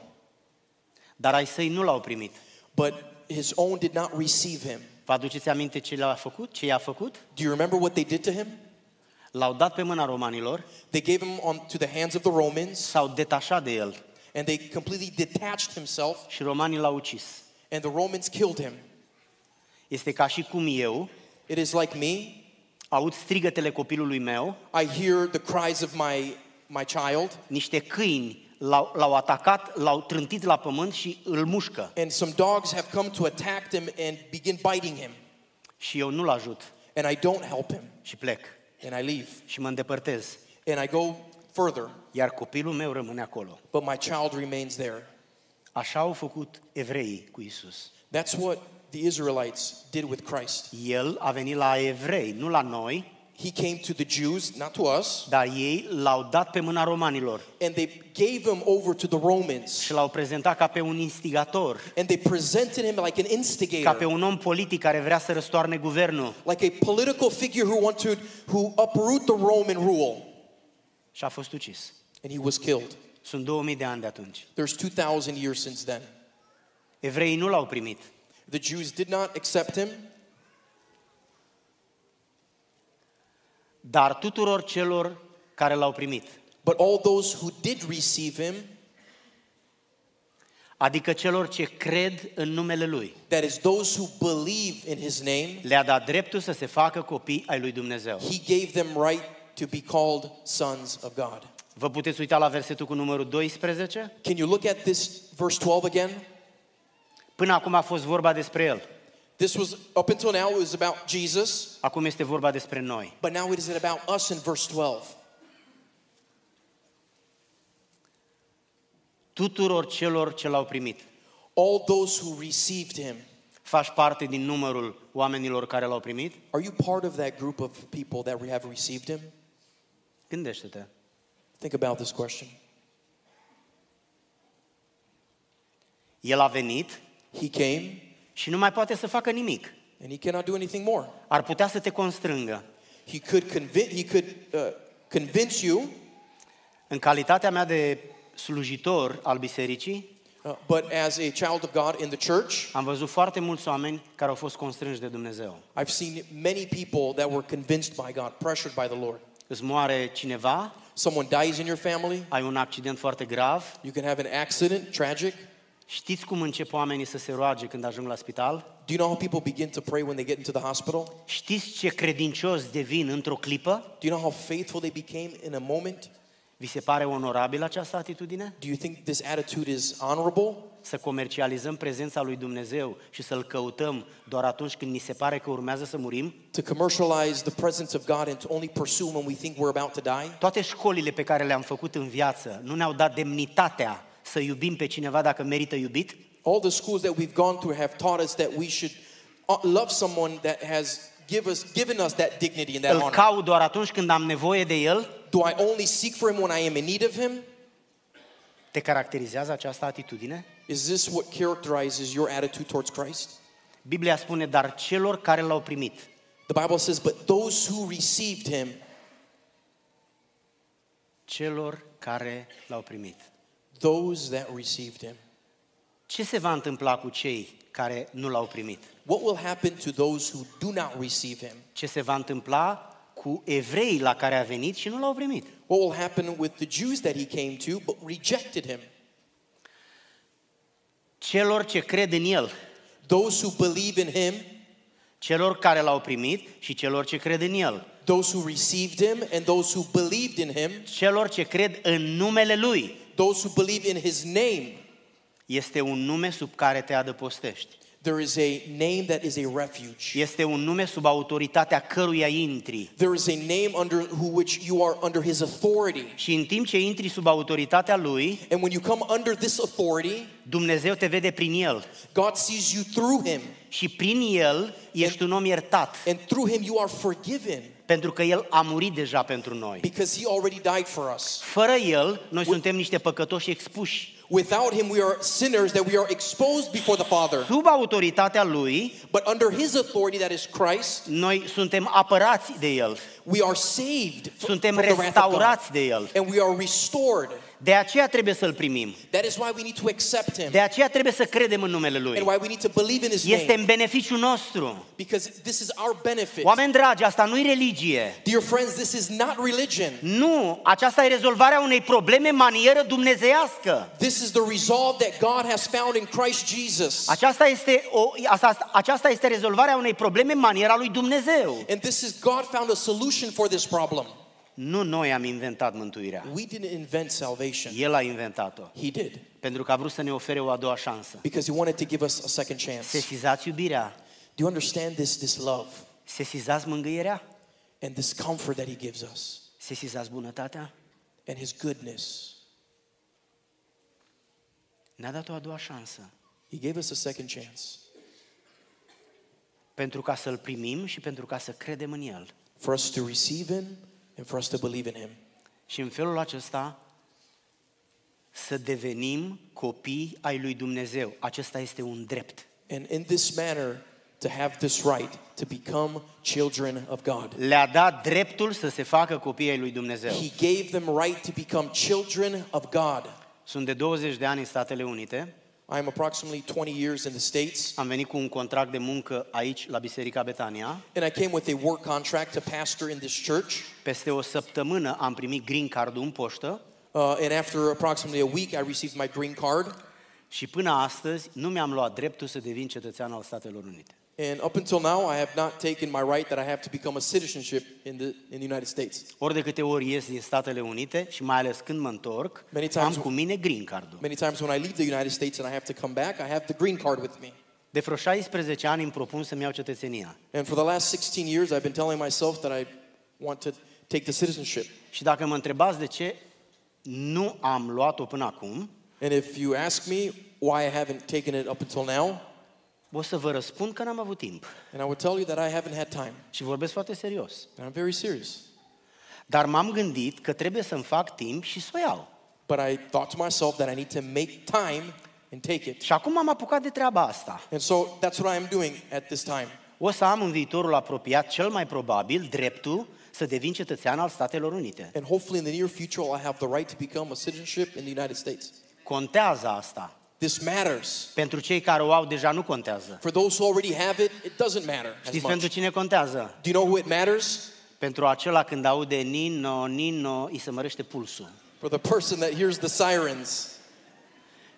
Speaker 1: dar ai săi nu l-au primit.
Speaker 2: but his own did not receive him.
Speaker 1: Vă aduceți aminte ce le-a făcut? Ce i-a făcut?
Speaker 2: Do you remember what they did to him?
Speaker 1: L-au dat pe mâna romanilor,
Speaker 2: They gave him onto the hands of the Romans,
Speaker 1: s-au detașat de el
Speaker 2: and they completely detached himself,
Speaker 1: și romanii l-au ucis.
Speaker 2: and the Romans killed him.
Speaker 1: Este ca și cum eu
Speaker 2: It is like me.
Speaker 1: aud strigătele copilului meu,
Speaker 2: I hear the cries of my, my child,
Speaker 1: niște câini l-au, l-au atacat, l-au trântit la pământ și îl mușcă.
Speaker 2: and some dogs have come to attack him and begin biting him.
Speaker 1: Și eu nu-l ajut
Speaker 2: and I don't help him,
Speaker 1: și plec
Speaker 2: and I leave,
Speaker 1: și mă îndepărtez.
Speaker 2: and I go further,
Speaker 1: iar copilul meu rămâne acolo.
Speaker 2: but my child remains there.
Speaker 1: Așa au făcut evreii cu Isus.
Speaker 2: That's what the Israelites did with Christ.
Speaker 1: El a venit la evrei, nu la noi,
Speaker 2: He came to the Jews, not to us,
Speaker 1: dar ei l-au dat pe mâna romanilor
Speaker 2: and they gave him over to the Romans,
Speaker 1: și l-au prezentat ca pe un instigator,
Speaker 2: and they presented him like
Speaker 1: ca
Speaker 2: an
Speaker 1: pe
Speaker 2: instigator,
Speaker 1: un om politic care vrea să răstoarne guvernul.
Speaker 2: like a political figure who wanted who uproot the Roman rule,
Speaker 1: Și a fost ucis.
Speaker 2: and he was killed.
Speaker 1: Sunt 2000 de ani de atunci.
Speaker 2: There's 2,000 years since then.
Speaker 1: Evreii nu l-au primit.
Speaker 2: The Jews did not accept him,
Speaker 1: Dar tuturor celor care l-au primit,
Speaker 2: but all those who did receive him,
Speaker 1: adică celor ce cred în numele Lui,
Speaker 2: that is, those who believe in his name,
Speaker 1: le-a dat dreptul să se facă copii ai lui Dumnezeu.
Speaker 2: He gave them right to be called sons of God.
Speaker 1: Vă puteți uita la versetul cu numărul 12?
Speaker 2: Can you look at this verse 12 again?
Speaker 1: Până acum a fost vorba despre El.
Speaker 2: This was up until now it was about Jesus,
Speaker 1: Acum este vorba despre noi.
Speaker 2: but now it is about us in verse 12.
Speaker 1: Tuturor celor ce l-au primit.
Speaker 2: All those who received him.
Speaker 1: Faci parte din numărul oamenilor care l-au primit?
Speaker 2: Are you part of that group of people that have received him?
Speaker 1: Gândește-te.
Speaker 2: Think about this question.
Speaker 1: El a venit
Speaker 2: He came
Speaker 1: și nu mai poate să facă nimic.
Speaker 2: and he cannot do anything more.
Speaker 1: Ar putea să te constrângă.
Speaker 2: He could convince he could uh, convince you,
Speaker 1: În calitatea mea de slujitor al bisericii,
Speaker 2: uh, but as a child of God in the church,
Speaker 1: am văzut foarte mulți oameni care au fost constrânși de Dumnezeu.
Speaker 2: I've seen many people that were convinced by God, pressured by the Lord.
Speaker 1: Îți moare cineva,
Speaker 2: Someone dies in your family,
Speaker 1: ai un accident foarte grav.
Speaker 2: you can have an accident, tragic.
Speaker 1: Știți cum încep oamenii să se roage când ajung la spital?
Speaker 2: Do you know how people begin to pray when they get into the hospital?
Speaker 1: Știți ce credincios devin într-o clipă?
Speaker 2: Do you know how faithful they became in a moment?
Speaker 1: Vi se pare onorabilă această atitudine?
Speaker 2: Do you think this attitude is honorable?
Speaker 1: Să comercializăm prezența lui Dumnezeu și să-L căutăm doar atunci când ni se pare că urmează să murim?
Speaker 2: To commercialize the presence of God and to only pursue when we think we're about to die?
Speaker 1: Toate școlile pe care le-am făcut în viață nu ne-au dat demnitatea să iubim pe cineva dacă merită iubit?
Speaker 2: All the schools that we've gone through have taught us that we should uh, love someone that has give us, given us that dignity and that
Speaker 1: Îl
Speaker 2: honor.
Speaker 1: caut doar atunci când am nevoie de el?
Speaker 2: Do I only seek for him when I am in need of him?
Speaker 1: Te caracterizează această atitudine?
Speaker 2: Is this what characterizes your attitude towards Christ?
Speaker 1: Biblia spune, dar celor care l-au primit,
Speaker 2: The Bible says, But those who received him,
Speaker 1: celor care l-au primit.
Speaker 2: those that received him.
Speaker 1: Ce se va întâmpla cu cei care nu l-au primit?
Speaker 2: What will happen to those who do not receive him?
Speaker 1: Ce se va întâmpla cu evreii la care a venit și nu l-au primit?
Speaker 2: What will happen with the Jews that he came to but rejected him?
Speaker 1: Celor ce cred în el,
Speaker 2: Those who believe in him,
Speaker 1: celor care l-au primit și celor ce cred în el,
Speaker 2: those who received him, and those who believed in him,
Speaker 1: celor ce cred în numele lui.
Speaker 2: those who believe in his name.
Speaker 1: Este un nume sub care te adăpostești.
Speaker 2: There is a name that is a refuge.
Speaker 1: Este un nume sub autoritatea căruia intri.
Speaker 2: There is a name under who which you are under his authority.
Speaker 1: Și în timp ce intri sub autoritatea lui,
Speaker 2: And when you come under this authority,
Speaker 1: Dumnezeu te vede prin el.
Speaker 2: God sees you through him,
Speaker 1: Și prin el ești un om iertat.
Speaker 2: and through him you are forgiven
Speaker 1: Pentru că el a murit deja pentru noi.
Speaker 2: because he already died for us.
Speaker 1: Fără el, noi suntem niște păcătoși expuși.
Speaker 2: Without him we are sinners that we are exposed before the Father.
Speaker 1: Sub autoritatea lui,
Speaker 2: But under his authority that is Christ,
Speaker 1: noi suntem apărați de el.
Speaker 2: we are saved f- from
Speaker 1: Suntem
Speaker 2: the wrath of God.
Speaker 1: restaurați de el.
Speaker 2: And we are restored.
Speaker 1: De aceea trebuie să-l primim.
Speaker 2: That is why we need to accept him.
Speaker 1: De aceea trebuie să credem în numele lui.
Speaker 2: And why we need to believe in his
Speaker 1: Este
Speaker 2: name.
Speaker 1: în beneficiul nostru.
Speaker 2: Because this is our benefit.
Speaker 1: Oameni dragi, asta nu-i religie.
Speaker 2: Dear friends, this is not religion.
Speaker 1: Nu, aceasta e rezolvarea unei probleme manieră dumnezeiască.
Speaker 2: This is the resolve that God has found in Christ Jesus.
Speaker 1: Aceasta este, o, asta, aceasta este rezolvarea unei probleme maniera lui Dumnezeu.
Speaker 2: And this is God found a solution for this problem.
Speaker 1: Nu noi am inventat mântuirea.
Speaker 2: We didn't invent salvation.
Speaker 1: El a inventat-o.
Speaker 2: He did.
Speaker 1: Pentru că a vrut să ne ofere o a doua șansă.
Speaker 2: Because he wanted to give us a second chance. Do
Speaker 1: Sesizați iubirea,
Speaker 2: you understand this this love
Speaker 1: sesizați mângâierea,
Speaker 2: and this comfort that he gives us
Speaker 1: sesizați bunătatea.
Speaker 2: and his goodness?
Speaker 1: Ne-a dat o a doua șansă.
Speaker 2: He gave us a second chance
Speaker 1: Pentru ca să-L primim și pentru ca să credem în El.
Speaker 2: for us to receive him and for us to believe in him.
Speaker 1: Și în felul acesta să devenim copii ai lui Dumnezeu. Acesta este un drept.
Speaker 2: And in this manner, to have this right to become children of God.
Speaker 1: Le-a dat dreptul să se facă copii ai lui Dumnezeu.
Speaker 2: He gave them right to become children of God.
Speaker 1: Sunt de 20 de ani în Statele Unite.
Speaker 2: I'm approximately 20 years in the States,
Speaker 1: Am venit cu un contract de muncă aici, la Biserica Betania.
Speaker 2: and I came with a work contract to pastor in this church.
Speaker 1: Peste o săptămână am primit green card-ul în poștă.
Speaker 2: Uh, and after approximately a week, I received my green card.
Speaker 1: Și până astăzi nu mi-am luat dreptul să devin cetățean al Statelor Unite.
Speaker 2: And up until now, I have not taken my right that I have to become a citizenship in the, in the United States.
Speaker 1: Ori de câte ori ies din Statele Unite și mai ales când mă întorc,
Speaker 2: Many
Speaker 1: am
Speaker 2: times-
Speaker 1: cu mine green card-ul.
Speaker 2: Many times when I leave the United States and I have to come back, I have the green card with me.
Speaker 1: De vreo 16 ani îmi propun să-mi iau cetățenia.
Speaker 2: And for the last 16 years, I've been telling myself that I want to take the citizenship.
Speaker 1: Și dacă mă întrebați de ce nu am luat-o până acum,
Speaker 2: And if you ask me why I haven't taken it up until now,
Speaker 1: O să vă răspund că n-am avut timp
Speaker 2: And I would tell you that I haven't had time.
Speaker 1: și vorbesc foarte serios.
Speaker 2: And I'm very serious.
Speaker 1: Dar m-am gândit că trebuie să-mi fac timp și să o iau.
Speaker 2: But I thought to myself that I need to make time and take it.
Speaker 1: Și acum am apucat de treaba asta.
Speaker 2: And so that's what I'm doing at this time.
Speaker 1: O să am în viitorul apropiat, cel mai probabil, dreptul să devin cetățean al Statelor Unite.
Speaker 2: And hopefully in the near future, I'll have the right to become a citizenship in the United States.
Speaker 1: Contează asta.
Speaker 2: This matters.
Speaker 1: Pentru cei care o au deja nu contează.
Speaker 2: For those who already have it, it doesn't matter as
Speaker 1: Știți pentru
Speaker 2: much.
Speaker 1: cine contează?
Speaker 2: Do you know who it matters?
Speaker 1: Pentru acela când aude Nino, Nino, îi se mărește pulsul.
Speaker 2: For the person that hears the sirens.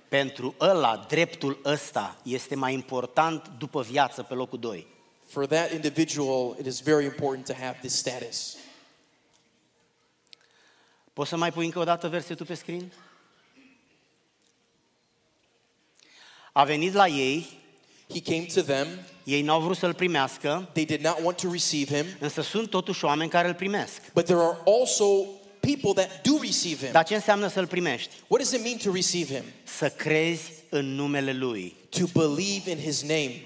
Speaker 1: Pentru ăla, dreptul ăsta este mai important după viață pe locul 2.
Speaker 2: For that individual, it is very important to have this status.
Speaker 1: Poți să mai pui încă o dată versetul pe screen? A venit la ei,
Speaker 2: He came to them.
Speaker 1: ei n-au vrut să-l primească,
Speaker 2: They did not want to receive him,
Speaker 1: însă sunt totuși oameni care îl primesc.
Speaker 2: but there are also people that do receive him.
Speaker 1: Dar ce înseamnă să-l primești?
Speaker 2: What does it mean to receive him?
Speaker 1: Să crezi în numele Lui.
Speaker 2: To believe in his name.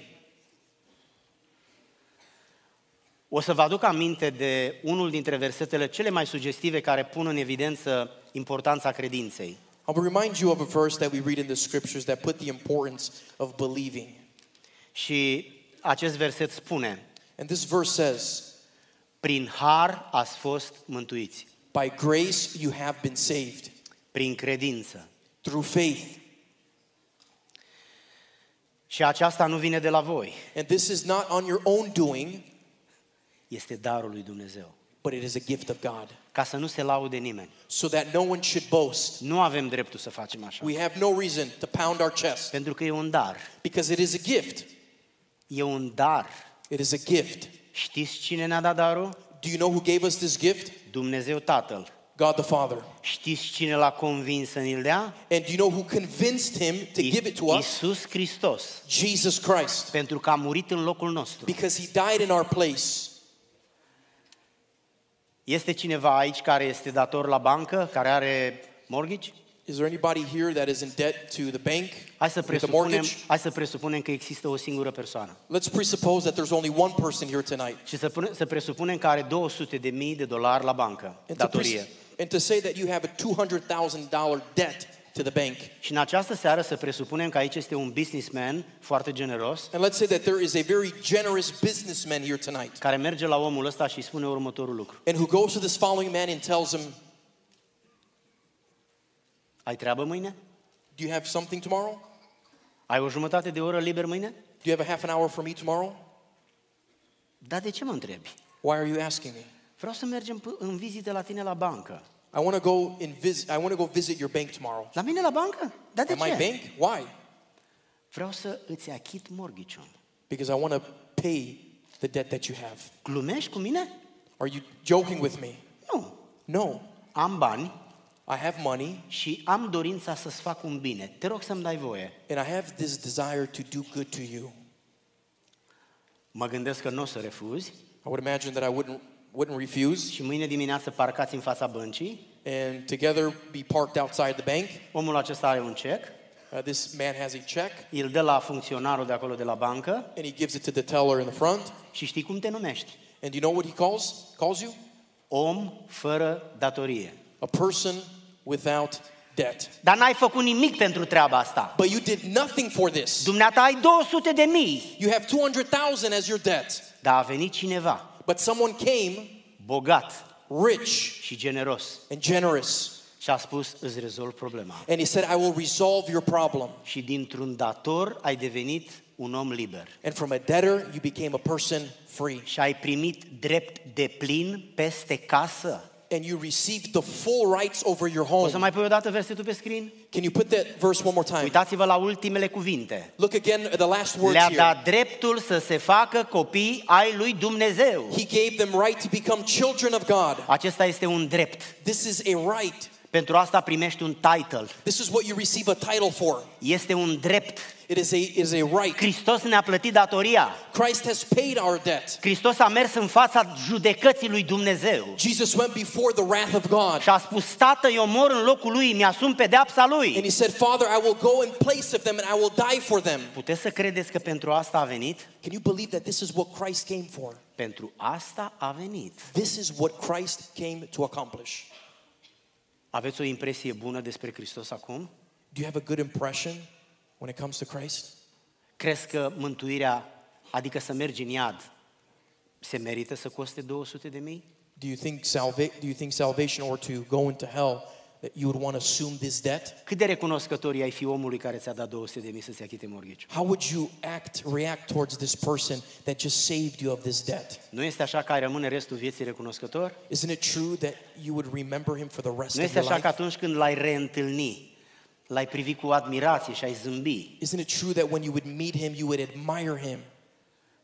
Speaker 1: O să vă aduc aminte de unul dintre versetele cele mai sugestive care pun în evidență importanța credinței.
Speaker 2: I will remind you of a verse that we read in the scriptures that put the importance of believing.
Speaker 1: Și acest verset spune,
Speaker 2: And this verse says,
Speaker 1: prin har ați fost mântuiți,
Speaker 2: By grace you have been saved
Speaker 1: prin credință.
Speaker 2: through faith.
Speaker 1: Și aceasta nu vine de la voi,
Speaker 2: And this is not on your own doing,
Speaker 1: este darul lui Dumnezeu.
Speaker 2: but it is a gift of God.
Speaker 1: Ca să nu se laude nimeni.
Speaker 2: So that no one should boast.
Speaker 1: Nu avem dreptul să facem așa.
Speaker 2: We have no reason to pound our chest
Speaker 1: Pentru că e un dar.
Speaker 2: because it is a gift.
Speaker 1: E un dar.
Speaker 2: It is a gift.
Speaker 1: Știți cine ne-a dat darul?
Speaker 2: Do you know who gave us this gift?
Speaker 1: Dumnezeu Tatăl.
Speaker 2: God the Father.
Speaker 1: Știți cine l-a convins să ne-l dea?
Speaker 2: And do you know who convinced him to give it to us?
Speaker 1: Iisus Hristos.
Speaker 2: Jesus Christ.
Speaker 1: Pentru că a murit în locul nostru.
Speaker 2: Because he died in our place.
Speaker 1: Este cineva aici care este dator la bancă, care are mortgage?
Speaker 2: Is there anybody here that is in debt to the bank?
Speaker 1: Hai să,
Speaker 2: with the
Speaker 1: presupunem,
Speaker 2: mortgage?
Speaker 1: hai să presupunem că există o singură persoană.
Speaker 2: Let's presuppose that there's only one person here tonight.
Speaker 1: Și să, pune, să presupunem că are 200 de mii de dolari la bancă,
Speaker 2: And to,
Speaker 1: datorie.
Speaker 2: pres- and to say that you have a $200,000 debt to the bank.
Speaker 1: Și în această seară să presupunem că aici este un businessman foarte generos
Speaker 2: And let's say that there is a very generous businessman here tonight
Speaker 1: care merge la omul ăsta și îi spune următorul lucru.
Speaker 2: and who goes to this following man and tells him,
Speaker 1: Ai treabă mâine?
Speaker 2: Do you have something tomorrow?
Speaker 1: Ai o jumătate de oră liber mâine?
Speaker 2: Do you have a half an hour for me tomorrow?
Speaker 1: Dar de ce mă întrebi?
Speaker 2: Why are you asking me?
Speaker 1: Vreau să mergem p- în vizite la tine la bancă.
Speaker 2: I want to go and visit. I want to go visit your bank tomorrow.
Speaker 1: La mine la bancă? Dar de
Speaker 2: At my
Speaker 1: ce?
Speaker 2: bank? Why?
Speaker 1: Vreau să îți achit morghiciul.
Speaker 2: Because I want to pay the debt that you have.
Speaker 1: Glumești cu mine?
Speaker 2: Are you joking with me?
Speaker 1: Nu.
Speaker 2: No.
Speaker 1: Am bani
Speaker 2: I have money
Speaker 1: și am dorința să-ți fac un bine. Te rog să-mi dai voie.
Speaker 2: and I have this desire to do good to you.
Speaker 1: Mă gândesc că nu o să refuzi
Speaker 2: I would imagine that I wouldn't wouldn't refuse
Speaker 1: și mâine dimineață parcați în fața băncii.
Speaker 2: and together be parked outside the bank.
Speaker 1: Omul acesta are un cec,
Speaker 2: Uh, this man has a check
Speaker 1: îl dă la funcționarul de acolo de la bancă
Speaker 2: and he gives it to the teller in the front.
Speaker 1: și știi cum te numești?
Speaker 2: And do you know what he calls calls you?
Speaker 1: Om fără datorie.
Speaker 2: A person without debt.
Speaker 1: Dar n-ai făcut nimic pentru treaba asta.
Speaker 2: But you did nothing for this.
Speaker 1: Dumneata ai 200 de mii.
Speaker 2: You have 200,000 as your debt.
Speaker 1: Dar a venit cineva
Speaker 2: But someone came
Speaker 1: bogat
Speaker 2: rich
Speaker 1: și generos
Speaker 2: and generous,
Speaker 1: și a spus îți rezolv problema.
Speaker 2: and he said, I will resolve your problem.
Speaker 1: Și dintr-un dator ai devenit un om liber
Speaker 2: And from a debtor, you became a person free,
Speaker 1: și ai primit drept de plin peste casă.
Speaker 2: and you received the full rights over your
Speaker 1: O să
Speaker 2: home.
Speaker 1: mai pui o dată versetul pe screen?
Speaker 2: Can you put that verse one more time?
Speaker 1: Uitați-vă la ultimele cuvinte.
Speaker 2: Look again at the last words
Speaker 1: Le-a
Speaker 2: here.
Speaker 1: dat dreptul să se facă copii ai lui Dumnezeu.
Speaker 2: He gave them right to become children of God.
Speaker 1: Acesta este un drept
Speaker 2: This is a right.
Speaker 1: Pentru asta primești un title.
Speaker 2: This is what you receive a title for.
Speaker 1: Este un drept.
Speaker 2: It is a, it is a right.
Speaker 1: Hristos ne-a plătit datoria.
Speaker 2: Christ has paid our debt.
Speaker 1: Hristos a mers în fața judecății lui Dumnezeu.
Speaker 2: Jesus went before the wrath of God.
Speaker 1: Și a spus, tată, eu mor în locul lui, mi-asum pedeapsa
Speaker 2: And
Speaker 1: lui.
Speaker 2: he said, Father, I will go in place of them and I will die for them.
Speaker 1: Puteți să credeți că pentru asta a venit?
Speaker 2: Can you believe that this is what Christ came for?
Speaker 1: Pentru asta a venit.
Speaker 2: This is what Christ came to accomplish.
Speaker 1: Aveți o impresie bună despre Hristos acum?
Speaker 2: Do you have a good impression when it comes to Christ?
Speaker 1: Crezi că mântuirea, adică să mergi în iad, se merită să coste 200 de mii?
Speaker 2: Do you think salva- do you think salvation or to go into hell that you would want to assume this debt?
Speaker 1: Cât de recunoscători ai fi omului care ți-a dat 200 de mii să-ți achite morghiciu?
Speaker 2: How would you act react towards this person that just saved you of this debt?
Speaker 1: Nu este așa că ai rămâne restul vieții recunoscător?
Speaker 2: Isn't it true that you would remember him for the rest
Speaker 1: Nu
Speaker 2: of
Speaker 1: este
Speaker 2: your
Speaker 1: așa că
Speaker 2: life?
Speaker 1: atunci când l-ai reîntâlni, l-ai privit cu admirație și ai zâmbi,
Speaker 2: Isn't it true that when you would meet him you would admire him?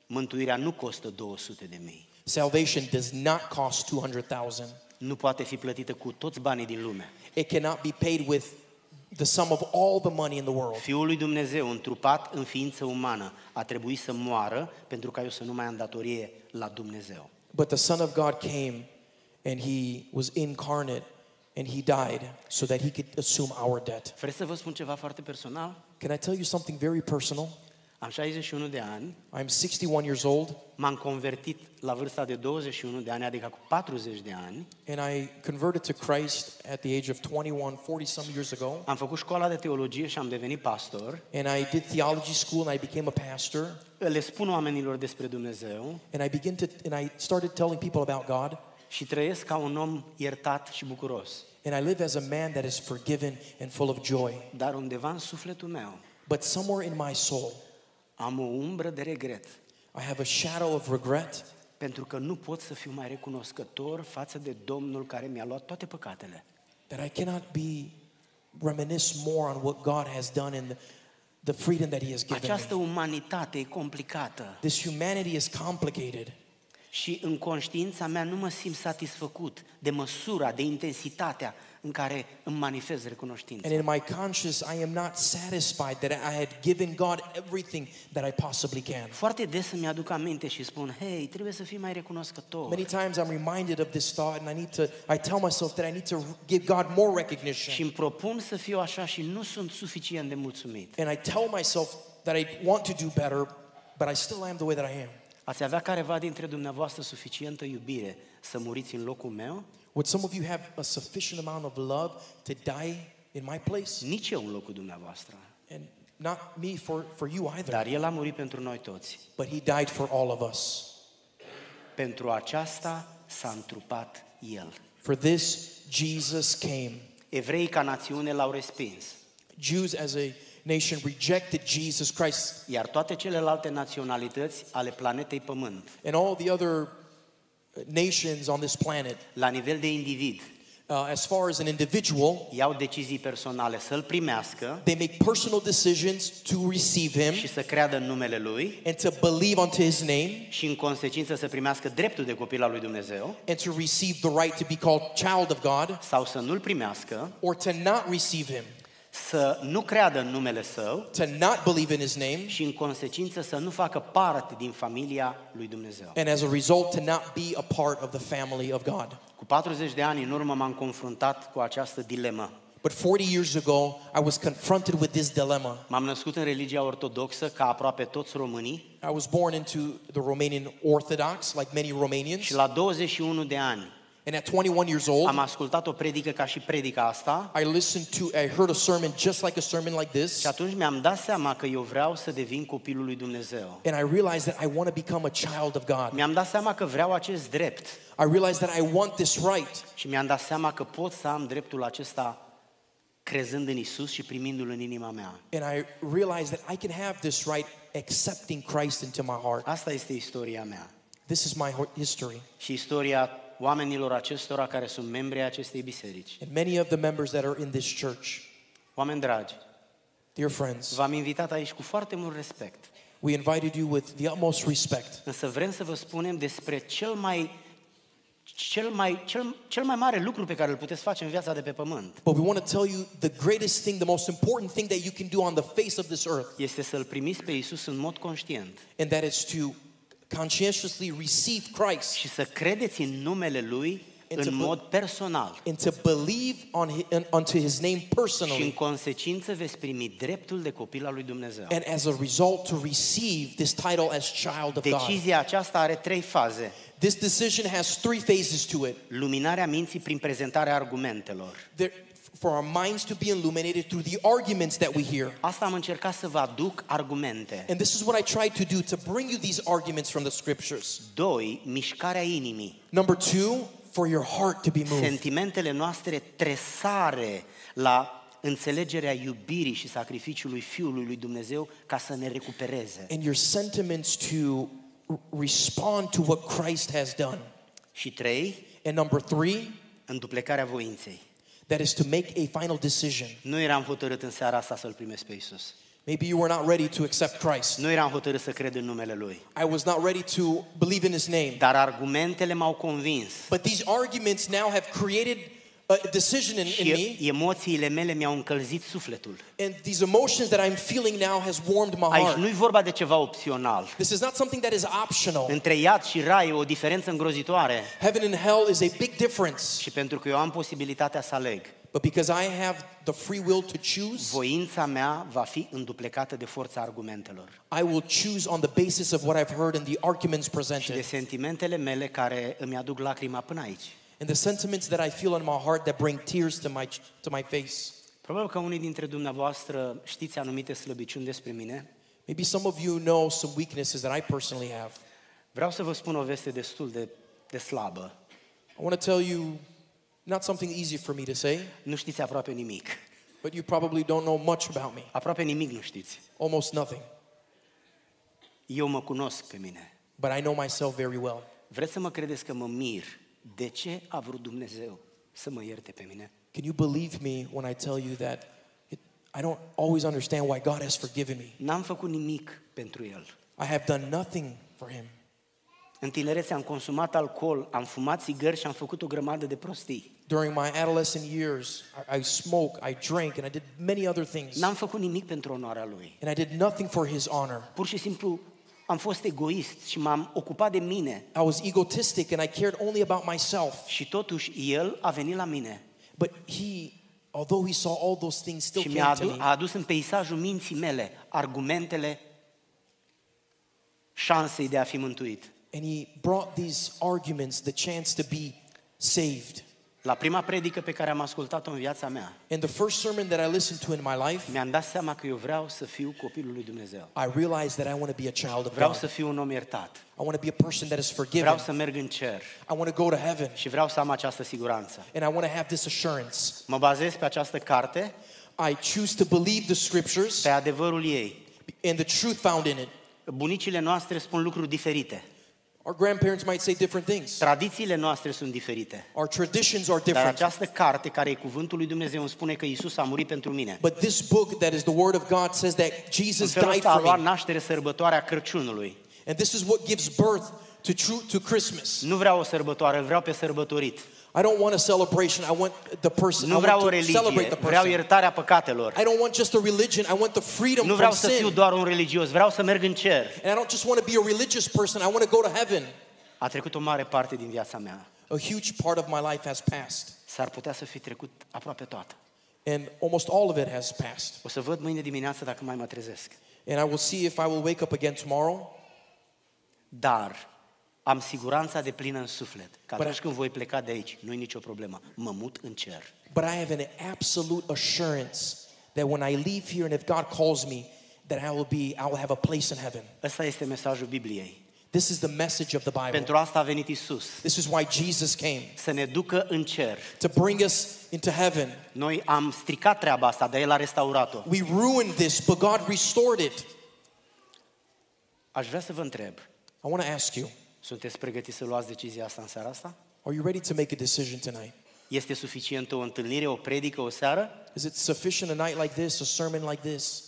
Speaker 1: mântuirea nu costă 200 de mii.
Speaker 2: Salvation does not cost 200,000.
Speaker 1: Nu poate fi plătită cu toți banii din lume.
Speaker 2: It cannot be paid with the sum of all the money in the world.
Speaker 1: Fiul lui Dumnezeu, întrupat în ființă umană, a trebuit să moară pentru ca eu să nu mai am datorie la Dumnezeu.
Speaker 2: But the Son of God came and he was incarnate and he died so that he could assume our debt.
Speaker 1: Vreți să vă spun ceva foarte personal?
Speaker 2: Can I tell you something very personal?
Speaker 1: Am 61 de ani,
Speaker 2: I'm 61 years old
Speaker 1: m-am convertit la vârsta de 21 de ani, adică cu 40 de ani,
Speaker 2: and I converted to Christ at the age of 21, 40 some years ago.
Speaker 1: am făcut școala de teologie și am devenit pastor.
Speaker 2: And I did theology school and I became a pastor
Speaker 1: Le spun oamenilor despre Dumnezeu
Speaker 2: and I began to and I started telling people about God
Speaker 1: și trăiesc ca un om iertat și bucuros.
Speaker 2: and I live as a man that is forgiven and full of joy.
Speaker 1: Dar undeva în sufletul meu
Speaker 2: But somewhere in my soul
Speaker 1: am o umbră de regret
Speaker 2: I have a shadow of regret
Speaker 1: pentru că nu pot să fiu mai recunoscător față de Domnul care mi-a luat toate păcatele.
Speaker 2: that I cannot be reminisce more on what God has done and the, the freedom that He has given
Speaker 1: Această
Speaker 2: me.
Speaker 1: umanitate e complicată
Speaker 2: This humanity is complicated,
Speaker 1: și în conștiința mea nu mă simt satisfăcut de măsura, de intensitatea în care îmi manifest recunoștința.
Speaker 2: and in my conscience, I am not satisfied that I had given God everything that I possibly can.
Speaker 1: Foarte des îmi aduc aminte și spun, hei, trebuie să fii mai recunoscător.
Speaker 2: Many times I'm reminded of this thought, and I need to. I tell myself that I need to give God more
Speaker 1: Și
Speaker 2: recognition,
Speaker 1: îmi propun să fiu așa și nu sunt suficient de mulțumit.
Speaker 2: and I tell myself that I want to do better, but I still am the way that I am.
Speaker 1: Ați avea careva dintre dumneavoastră suficientă iubire să muriți în locul meu?
Speaker 2: Would some of you have a sufficient amount of love to die in my place?
Speaker 1: Nici eu în locul dumneavoastră.
Speaker 2: And not me for, for you either,
Speaker 1: Dar El a murit pentru noi toți.
Speaker 2: but he died for all of us.
Speaker 1: Pentru aceasta s-a întrupat El.
Speaker 2: For this, Jesus came.
Speaker 1: Evreii ca națiune l-au respins,
Speaker 2: Jews as a nation rejected Jesus Christ,
Speaker 1: iar toate celelalte naționalități ale planetei Pământ,
Speaker 2: and all the other nations on this planet,
Speaker 1: la nivel de individ,
Speaker 2: uh, as far as an individual,
Speaker 1: iau decizii personale să-L primească
Speaker 2: they make personal decisions to receive him
Speaker 1: și să creadă în numele Lui
Speaker 2: and to believe unto his name
Speaker 1: și în consecință să primească dreptul de copil al lui Dumnezeu
Speaker 2: and to receive the right to be called child of God
Speaker 1: sau să nu-L primească,
Speaker 2: or to not receive him,
Speaker 1: să nu creadă în numele Său
Speaker 2: to not believe in his name,
Speaker 1: și în consecință să nu facă parte din familia lui Dumnezeu.
Speaker 2: and as a result, to not be a part of the family of God.
Speaker 1: Cu 40 de ani în urmă m-am confruntat cu această dilemă.
Speaker 2: But 40 years ago, I was confronted with this dilemma.
Speaker 1: M-am născut în religia ortodoxă ca aproape toți românii
Speaker 2: I was born into the Romanian Orthodox, like many
Speaker 1: și
Speaker 2: Romanians.
Speaker 1: la 21 de ani
Speaker 2: And at 21 years old,
Speaker 1: am ascultat o predică ca și predica asta
Speaker 2: I listened to, I heard a sermon just like a sermon like this.
Speaker 1: și atunci mi-am dat seama că eu vreau să devin copilul lui Dumnezeu.
Speaker 2: And I realized that I want to become a child of God.
Speaker 1: Mi-am dat seama că vreau acest drept
Speaker 2: I realized that I want this right.
Speaker 1: și mi-am dat seama că pot să am dreptul acesta crezând în Isus și primindu-l în inima mea.
Speaker 2: And I realized that I can have this right accepting Christ into my heart.
Speaker 1: Asta este istoria mea
Speaker 2: This is my ho- history.
Speaker 1: și istoria oamenilor acestora care sunt membri ai acestei biserici.
Speaker 2: And many of the members that are in this church,
Speaker 1: Oameni dragi,
Speaker 2: dear friends,
Speaker 1: v-am invitat aici cu foarte mult respect.
Speaker 2: we invited you with the utmost respect.
Speaker 1: Însă vrem să vă spunem despre cel mai cel mai, cel, cel mai mare lucru pe care îl puteți face în viața de pe pământ
Speaker 2: But we want to tell you the greatest thing, the most important thing that you can do on the face of this earth,
Speaker 1: este să-L primiți pe Isus în mod conștient
Speaker 2: and that is to conscientiously receive Christ
Speaker 1: și să credeți în numele Lui
Speaker 2: It's a
Speaker 1: în
Speaker 2: bu-
Speaker 1: mod personal.
Speaker 2: and to believe on hi- un- unto His name
Speaker 1: Și în
Speaker 2: personally,
Speaker 1: consecință veți primi dreptul de copil al lui Dumnezeu.
Speaker 2: and as a result, to receive this title as child of God.
Speaker 1: Decizia aceasta are trei faze.
Speaker 2: This decision has three phases to it.
Speaker 1: Luminarea minții prin prezentarea argumentelor.
Speaker 2: There, for our minds to be illuminated through the arguments that we hear.
Speaker 1: Asta am încercat să vă aduc argumente.
Speaker 2: And this is what I tried to do to bring you these arguments from the scriptures.
Speaker 1: Doi, mișcarea inimii.
Speaker 2: Number two, for your heart to be moved.
Speaker 1: Sentimentele noastre tresare la înțelegerea iubirii și sacrificiului Fiului lui Dumnezeu ca să ne recupereze.
Speaker 2: and your sentiments to r- respond to what Christ has done.
Speaker 1: Și trei,
Speaker 2: And number three,
Speaker 1: înduplecarea voinței.
Speaker 2: that is to make a final decision.
Speaker 1: Nu eram hotărât în seara asta să-L primesc pe Isus.
Speaker 2: Maybe you were not ready to accept Christ.
Speaker 1: Nu eram hotărât să cred în numele Lui.
Speaker 2: I was not ready to believe in His name.
Speaker 1: Dar argumentele m-au convins.
Speaker 2: But these arguments now have created a decision in, in me,
Speaker 1: Și emoțiile mele mi-au încălzit sufletul.
Speaker 2: and these emotions that I'm feeling now has warmed my
Speaker 1: Aici
Speaker 2: heart.
Speaker 1: nu-i vorba de ceva opțional.
Speaker 2: This is not something that is optional.
Speaker 1: Între iad și rai e o diferență îngrozitoare.
Speaker 2: Heaven and hell is a big difference,
Speaker 1: Și pentru că eu am posibilitatea să aleg,
Speaker 2: but because I have the free will to choose,
Speaker 1: voința mea va fi înduplecată de forța argumentelor
Speaker 2: I will choose on the basis of what I've heard and the arguments
Speaker 1: și de
Speaker 2: presented.
Speaker 1: sentimentele mele care îmi aduc lacrima până aici.
Speaker 2: and the sentiments that I feel in my heart that bring tears to my to my face.
Speaker 1: Probabil că unii dintre dumneavoastră știți anumite slăbiciuni despre mine.
Speaker 2: Maybe some of you know some weaknesses that I personally have.
Speaker 1: Vreau să vă spun o veste destul de, de slabă.
Speaker 2: I want to tell you not something easy for me to say,
Speaker 1: Nu știți aproape nimic.
Speaker 2: but you probably don't know much about me.
Speaker 1: Aproape nimic nu știți.
Speaker 2: Almost nothing.
Speaker 1: Eu mă cunosc pe mine.
Speaker 2: But I know myself very well.
Speaker 1: Vreți să mă credeți că mă mir? De ce a vrut Dumnezeu să mă ierte pe mine?
Speaker 2: Can you believe me when I tell you that it, I don't always understand why God has forgiven me?
Speaker 1: N-am făcut nimic pentru El.
Speaker 2: I have done nothing for him.
Speaker 1: În tinerețe am consumat alcool, am fumat țigări și am făcut o grămadă de prostii.
Speaker 2: During my adolescent years, I, I smoked, I drank, and I did many other things.
Speaker 1: N-am făcut nimic pentru onoarea Lui.
Speaker 2: And I did nothing for his honor.
Speaker 1: Pur și simplu am fost egoist și m-am ocupat de mine.
Speaker 2: I was egotistic and I cared only about myself.
Speaker 1: Și totuși El a venit la mine
Speaker 2: But he, although he saw all those things, still
Speaker 1: și
Speaker 2: came
Speaker 1: mi-a
Speaker 2: to me.
Speaker 1: adu- a adus în peisajul minții mele argumentele șansei de a fi mântuit.
Speaker 2: And he brought these arguments, the chance to be saved.
Speaker 1: La prima predică pe care am ascultat-o în viața mea,
Speaker 2: And the first sermon that I listened to in my life,
Speaker 1: mi-am dat seama că eu vreau să fiu copilul lui Dumnezeu.
Speaker 2: I realized that I want to be a child of
Speaker 1: Vreau
Speaker 2: God.
Speaker 1: să fiu un om iertat.
Speaker 2: I want to be a person that is forgiven.
Speaker 1: Vreau să merg în cer
Speaker 2: I want to go to heaven.
Speaker 1: și vreau să am această siguranță.
Speaker 2: And I want to have this assurance.
Speaker 1: Mă bazez pe această carte,
Speaker 2: I choose to believe the scriptures
Speaker 1: pe adevărul ei.
Speaker 2: and the truth found in it.
Speaker 1: Bunicile noastre spun lucruri diferite.
Speaker 2: Our grandparents might say different things.
Speaker 1: Tradițiile noastre sunt diferite.
Speaker 2: Our traditions are
Speaker 1: Dar
Speaker 2: different.
Speaker 1: această carte, care e cuvântul lui Dumnezeu, îmi spune că Isus a murit pentru mine.
Speaker 2: But this book that is the word of God says that
Speaker 1: În
Speaker 2: Jesus
Speaker 1: felul
Speaker 2: died
Speaker 1: ăsta a
Speaker 2: for
Speaker 1: luat
Speaker 2: me.
Speaker 1: naștere sărbătoarea Crăciunului.
Speaker 2: And this is what gives birth to true to Christmas.
Speaker 1: Nu vreau o sărbătoare, vreau pe sărbătorit.
Speaker 2: I don't want a celebration. I want the person.
Speaker 1: Nu
Speaker 2: I
Speaker 1: vreau o
Speaker 2: want to celebrate
Speaker 1: religie,
Speaker 2: the
Speaker 1: vreau
Speaker 2: person.
Speaker 1: iertarea păcatelor.
Speaker 2: I don't want just a religion. I want the
Speaker 1: Nu
Speaker 2: freedom from
Speaker 1: vreau să fiu
Speaker 2: sin.
Speaker 1: doar un religios, vreau să merg în cer.
Speaker 2: And I don't just want to be a religious person. I want to go to heaven.
Speaker 1: A trecut o mare parte din viața mea.
Speaker 2: A huge part of my life has passed.
Speaker 1: S-ar putea să fi trecut aproape toată.
Speaker 2: And almost all of it has passed.
Speaker 1: O să văd mâine dimineață dacă mai mă trezesc.
Speaker 2: And I will see if I will wake up again tomorrow.
Speaker 1: Dar am siguranța de plină în suflet că
Speaker 2: Bă,
Speaker 1: atunci
Speaker 2: da.
Speaker 1: când voi pleca de aici, nu-i nicio problemă. Mă mut în cer.
Speaker 2: But I have an absolute assurance that when I leave here and if God calls me, that I will be, I will have a place in heaven.
Speaker 1: Ăsta este mesajul Bibliei.
Speaker 2: This is the message of the Bible.
Speaker 1: Pentru asta a venit Isus.
Speaker 2: This is why Jesus came
Speaker 1: Să ne ducă în cer.
Speaker 2: to bring us into heaven.
Speaker 1: Noi am stricat treaba asta, dar El a restaurat-o.
Speaker 2: We ruined this, but God restored it.
Speaker 1: Aș vrea să vă întreb,
Speaker 2: I want to ask you
Speaker 1: sunteți pregătiți să luați decizia asta în seara asta?
Speaker 2: are you ready to make a decision tonight?
Speaker 1: Este suficientă o întâlnire, o predică, o seară?
Speaker 2: Is it sufficient a night like this, a sermon like this?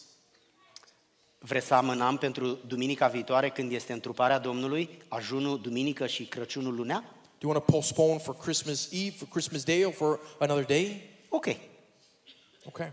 Speaker 1: Vreți să amânăm pentru duminica viitoare când este întruparea Domnului, ajunul, duminică și Crăciunul lunea?
Speaker 2: you want to postpone for Christmas Eve, for Christmas Day, or for another day?
Speaker 1: Ok.
Speaker 2: Okay.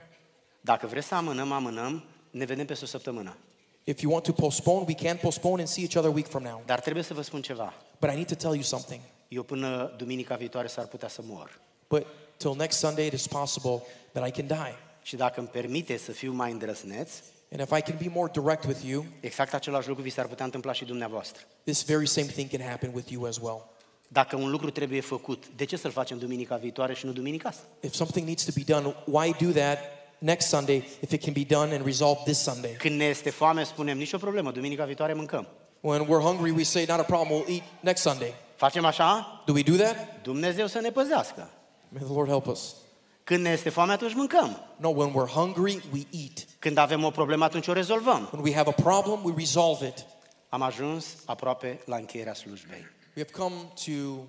Speaker 1: Dacă vreți să amânăm, amânăm, ne vedem peste o săptămână.
Speaker 2: If you want to postpone, we can postpone and see each other a week from now.
Speaker 1: Dar trebuie să vă spun ceva.
Speaker 2: But I need to tell you something.
Speaker 1: Eu până duminica viitoare s-ar putea să mor.
Speaker 2: But till next Sunday, it is possible that I can die.
Speaker 1: Și dacă îmi permite să fiu mai îndrăsneț,
Speaker 2: And if I can be more direct with you,
Speaker 1: exact același lucru vi s-ar putea întâmpla și dumneavoastră.
Speaker 2: this very same thing can happen with you as well.
Speaker 1: Dacă un lucru trebuie făcut, de ce să-l facem duminica viitoare și nu duminica asta?
Speaker 2: If something needs to be done, why do that next Sunday if it can be done and resolved this Sunday?
Speaker 1: Când ne este foame, spunem nicio problemă, duminica viitoare mâncăm.
Speaker 2: When we're hungry, we say, not a problem, we'll eat next Sunday.
Speaker 1: Facem așa?
Speaker 2: Do we do that?
Speaker 1: Dumnezeu să ne păzească.
Speaker 2: May the Lord help us.
Speaker 1: Când ne este foame, atunci mâncăm.
Speaker 2: No, when we're hungry, we eat.
Speaker 1: Când avem o problemă, atunci o rezolvăm.
Speaker 2: When we have a problem, we resolve it.
Speaker 1: Am ajuns aproape la încheierea slujbei.
Speaker 2: We have come to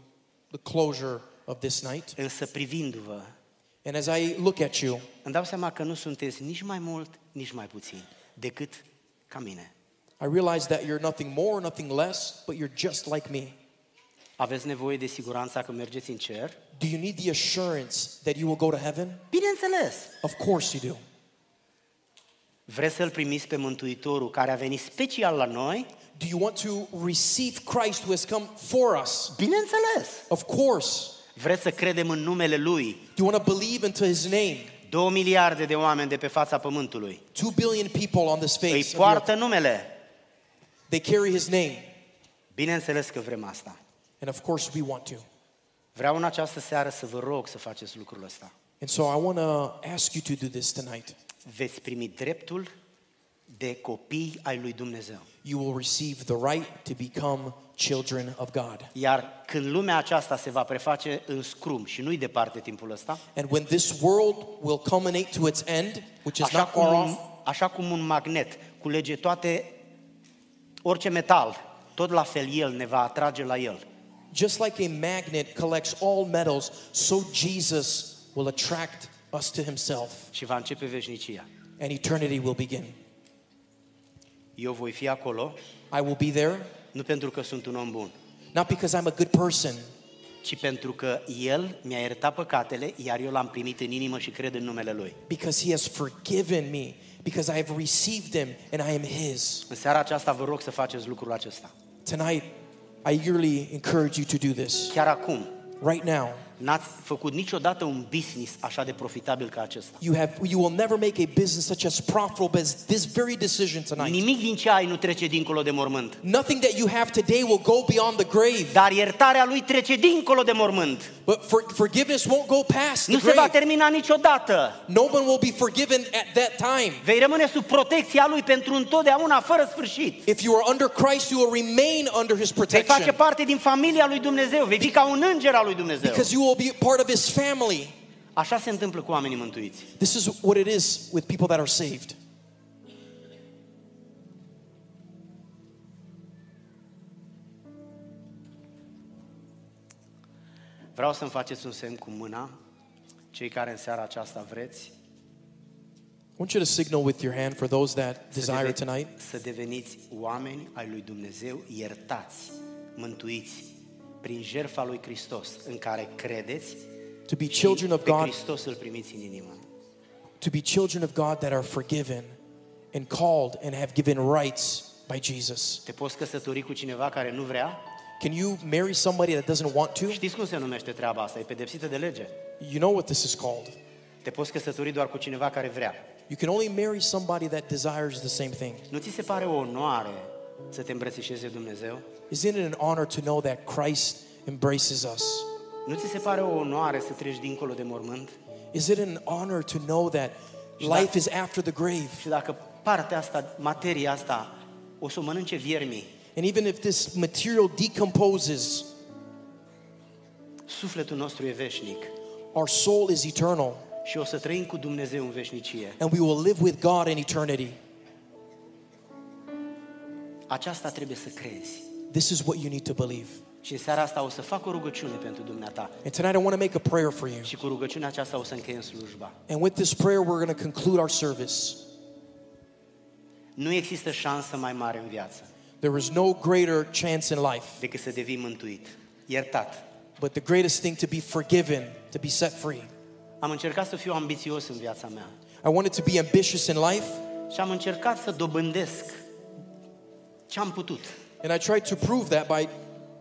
Speaker 2: the closure of this night.
Speaker 1: Însă privindu-vă,
Speaker 2: And as I look at you,
Speaker 1: îmi dau seama că nu sunteți nici mai mult, nici mai puțin decât ca mine.
Speaker 2: I realize that you're nothing more, nothing less, but you're just like me.
Speaker 1: Aveți nevoie de siguranța că mergeți în cer?
Speaker 2: Do you need the assurance that you will go to heaven?
Speaker 1: Bineînțeles!
Speaker 2: Of course you do.
Speaker 1: Vreți să-L primiți pe Mântuitorul care a venit special la noi?
Speaker 2: Do you want to receive Christ who has come for us?
Speaker 1: Bineînțeles!
Speaker 2: Of course.
Speaker 1: Vreți să credem în numele Lui?
Speaker 2: Do you want to believe into his name?
Speaker 1: Două miliarde de oameni de pe fața pământului.
Speaker 2: Two billion people on this
Speaker 1: Îi
Speaker 2: face. of the earth.
Speaker 1: poartă numele.
Speaker 2: They carry his name.
Speaker 1: Bineînțeles că vrem asta.
Speaker 2: And of course we want to.
Speaker 1: Vreau în această seară să vă rog să faceți lucrul ăsta.
Speaker 2: And so I want to ask you to do this tonight.
Speaker 1: Veți primi dreptul de copii ai lui Dumnezeu.
Speaker 2: You will receive the right to become children of God.
Speaker 1: Iar când lumea aceasta se va preface în scrum și nu-i departe timpul ăsta,
Speaker 2: And when this world will culminate to its end, which is
Speaker 1: așa
Speaker 2: not
Speaker 1: cum, e.
Speaker 2: far
Speaker 1: un,
Speaker 2: off,
Speaker 1: așa cum un magnet culege toate, orice metal, tot la fel el ne va atrage la el.
Speaker 2: Just like a magnet collects all metals, so Jesus will attract us to himself
Speaker 1: și va începe veșnicia.
Speaker 2: and eternity will begin.
Speaker 1: Eu voi fi acolo,
Speaker 2: I will be there,
Speaker 1: nu pentru că sunt un om bun,
Speaker 2: not because I'm a good person,
Speaker 1: ci pentru că El mi-a iertat păcatele, iar eu l-am primit în inimă și cred în numele Lui.
Speaker 2: because he has forgiven me, because I have received him and I am his.
Speaker 1: În seara aceasta vă rog să faceți lucrul acesta.
Speaker 2: Tonight, I eagerly encourage you to do this.
Speaker 1: Chiar acum,
Speaker 2: Right now,
Speaker 1: n-ați făcut niciodată un business așa de profitabil ca acesta.
Speaker 2: you have you will never make a business such as profitable as this very decision tonight.
Speaker 1: Nimic din ce ai nu trece dincolo de mormânt.
Speaker 2: Nothing that you have today will go beyond the grave,
Speaker 1: Dar iertarea lui trece dincolo de mormânt.
Speaker 2: but for, forgiveness won't go past
Speaker 1: Nu
Speaker 2: the
Speaker 1: se va
Speaker 2: grave.
Speaker 1: termina niciodată.
Speaker 2: No one will be forgiven at that time.
Speaker 1: Vei rămâne sub protecția lui pentru întotdeauna, fără sfârșit.
Speaker 2: If you are under Christ, you will remain under his
Speaker 1: Vei face
Speaker 2: protection
Speaker 1: parte din familia lui Dumnezeu, vei fi ca un înger al lui Dumnezeu.
Speaker 2: because you will be part of his family.
Speaker 1: Așa se întâmplă cu oamenii mântuiți.
Speaker 2: This is what it is with people that are saved.
Speaker 1: Vreau să-mi faceți un semn cu mâna, cei care în seara aceasta vreți
Speaker 2: I want you to signal with your hand for those that
Speaker 1: să,
Speaker 2: desire
Speaker 1: deve-
Speaker 2: tonight
Speaker 1: să deveniți oameni ai lui Dumnezeu, iertați, mântuiți prin jertfa lui Hristos, în care credeți
Speaker 2: to be
Speaker 1: și
Speaker 2: children of
Speaker 1: pe
Speaker 2: God,
Speaker 1: Hristos îl primiți în inimă.
Speaker 2: to be children of God that are forgiven and called and have given rights by Jesus.
Speaker 1: Te poți căsători cu cineva care nu vrea?
Speaker 2: Can you marry somebody that doesn't want to?
Speaker 1: Știți cum se numește treaba asta? E pedepsită de lege.
Speaker 2: You know what this is called.
Speaker 1: Te poți căsători doar cu cineva care vrea.
Speaker 2: You can only marry somebody that desires the same thing.
Speaker 1: Nu ți se pare o onoare să te îmbrățișeze Dumnezeu?
Speaker 2: Isn't it an honor to know that Christ embraces us?
Speaker 1: Nu ți se pare o onoare să treci dincolo de mormânt?
Speaker 2: Is it an honor to know that life is after the grave?
Speaker 1: Și dacă partea asta, materia asta, o să o mănânce viermii,
Speaker 2: And even if this material decomposes,
Speaker 1: sufletul nostru e veșnic
Speaker 2: our soul is eternal
Speaker 1: și o să trăim cu Dumnezeu în veșnicie.
Speaker 2: and we will live with God in eternity.
Speaker 1: Aceasta trebuie să crezi.
Speaker 2: This is what you need to believe.
Speaker 1: Și în seara asta o să fac o rugăciune pentru dumneata
Speaker 2: And tonight I want to make a prayer for you.
Speaker 1: și cu rugăciunea aceasta o să încheiem slujba.
Speaker 2: And with this prayer, we're going to conclude our service.
Speaker 1: Nu există șansă mai mare în viață
Speaker 2: There is no greater chance in life
Speaker 1: decât să devii mântuit, iertat,
Speaker 2: But the greatest thing to be forgiven, to be set free.
Speaker 1: Am încercat să fiu ambițios în viața mea
Speaker 2: I wanted to be ambitious in life,
Speaker 1: și am încercat să dobândesc ce am putut.
Speaker 2: and I tried to prove that by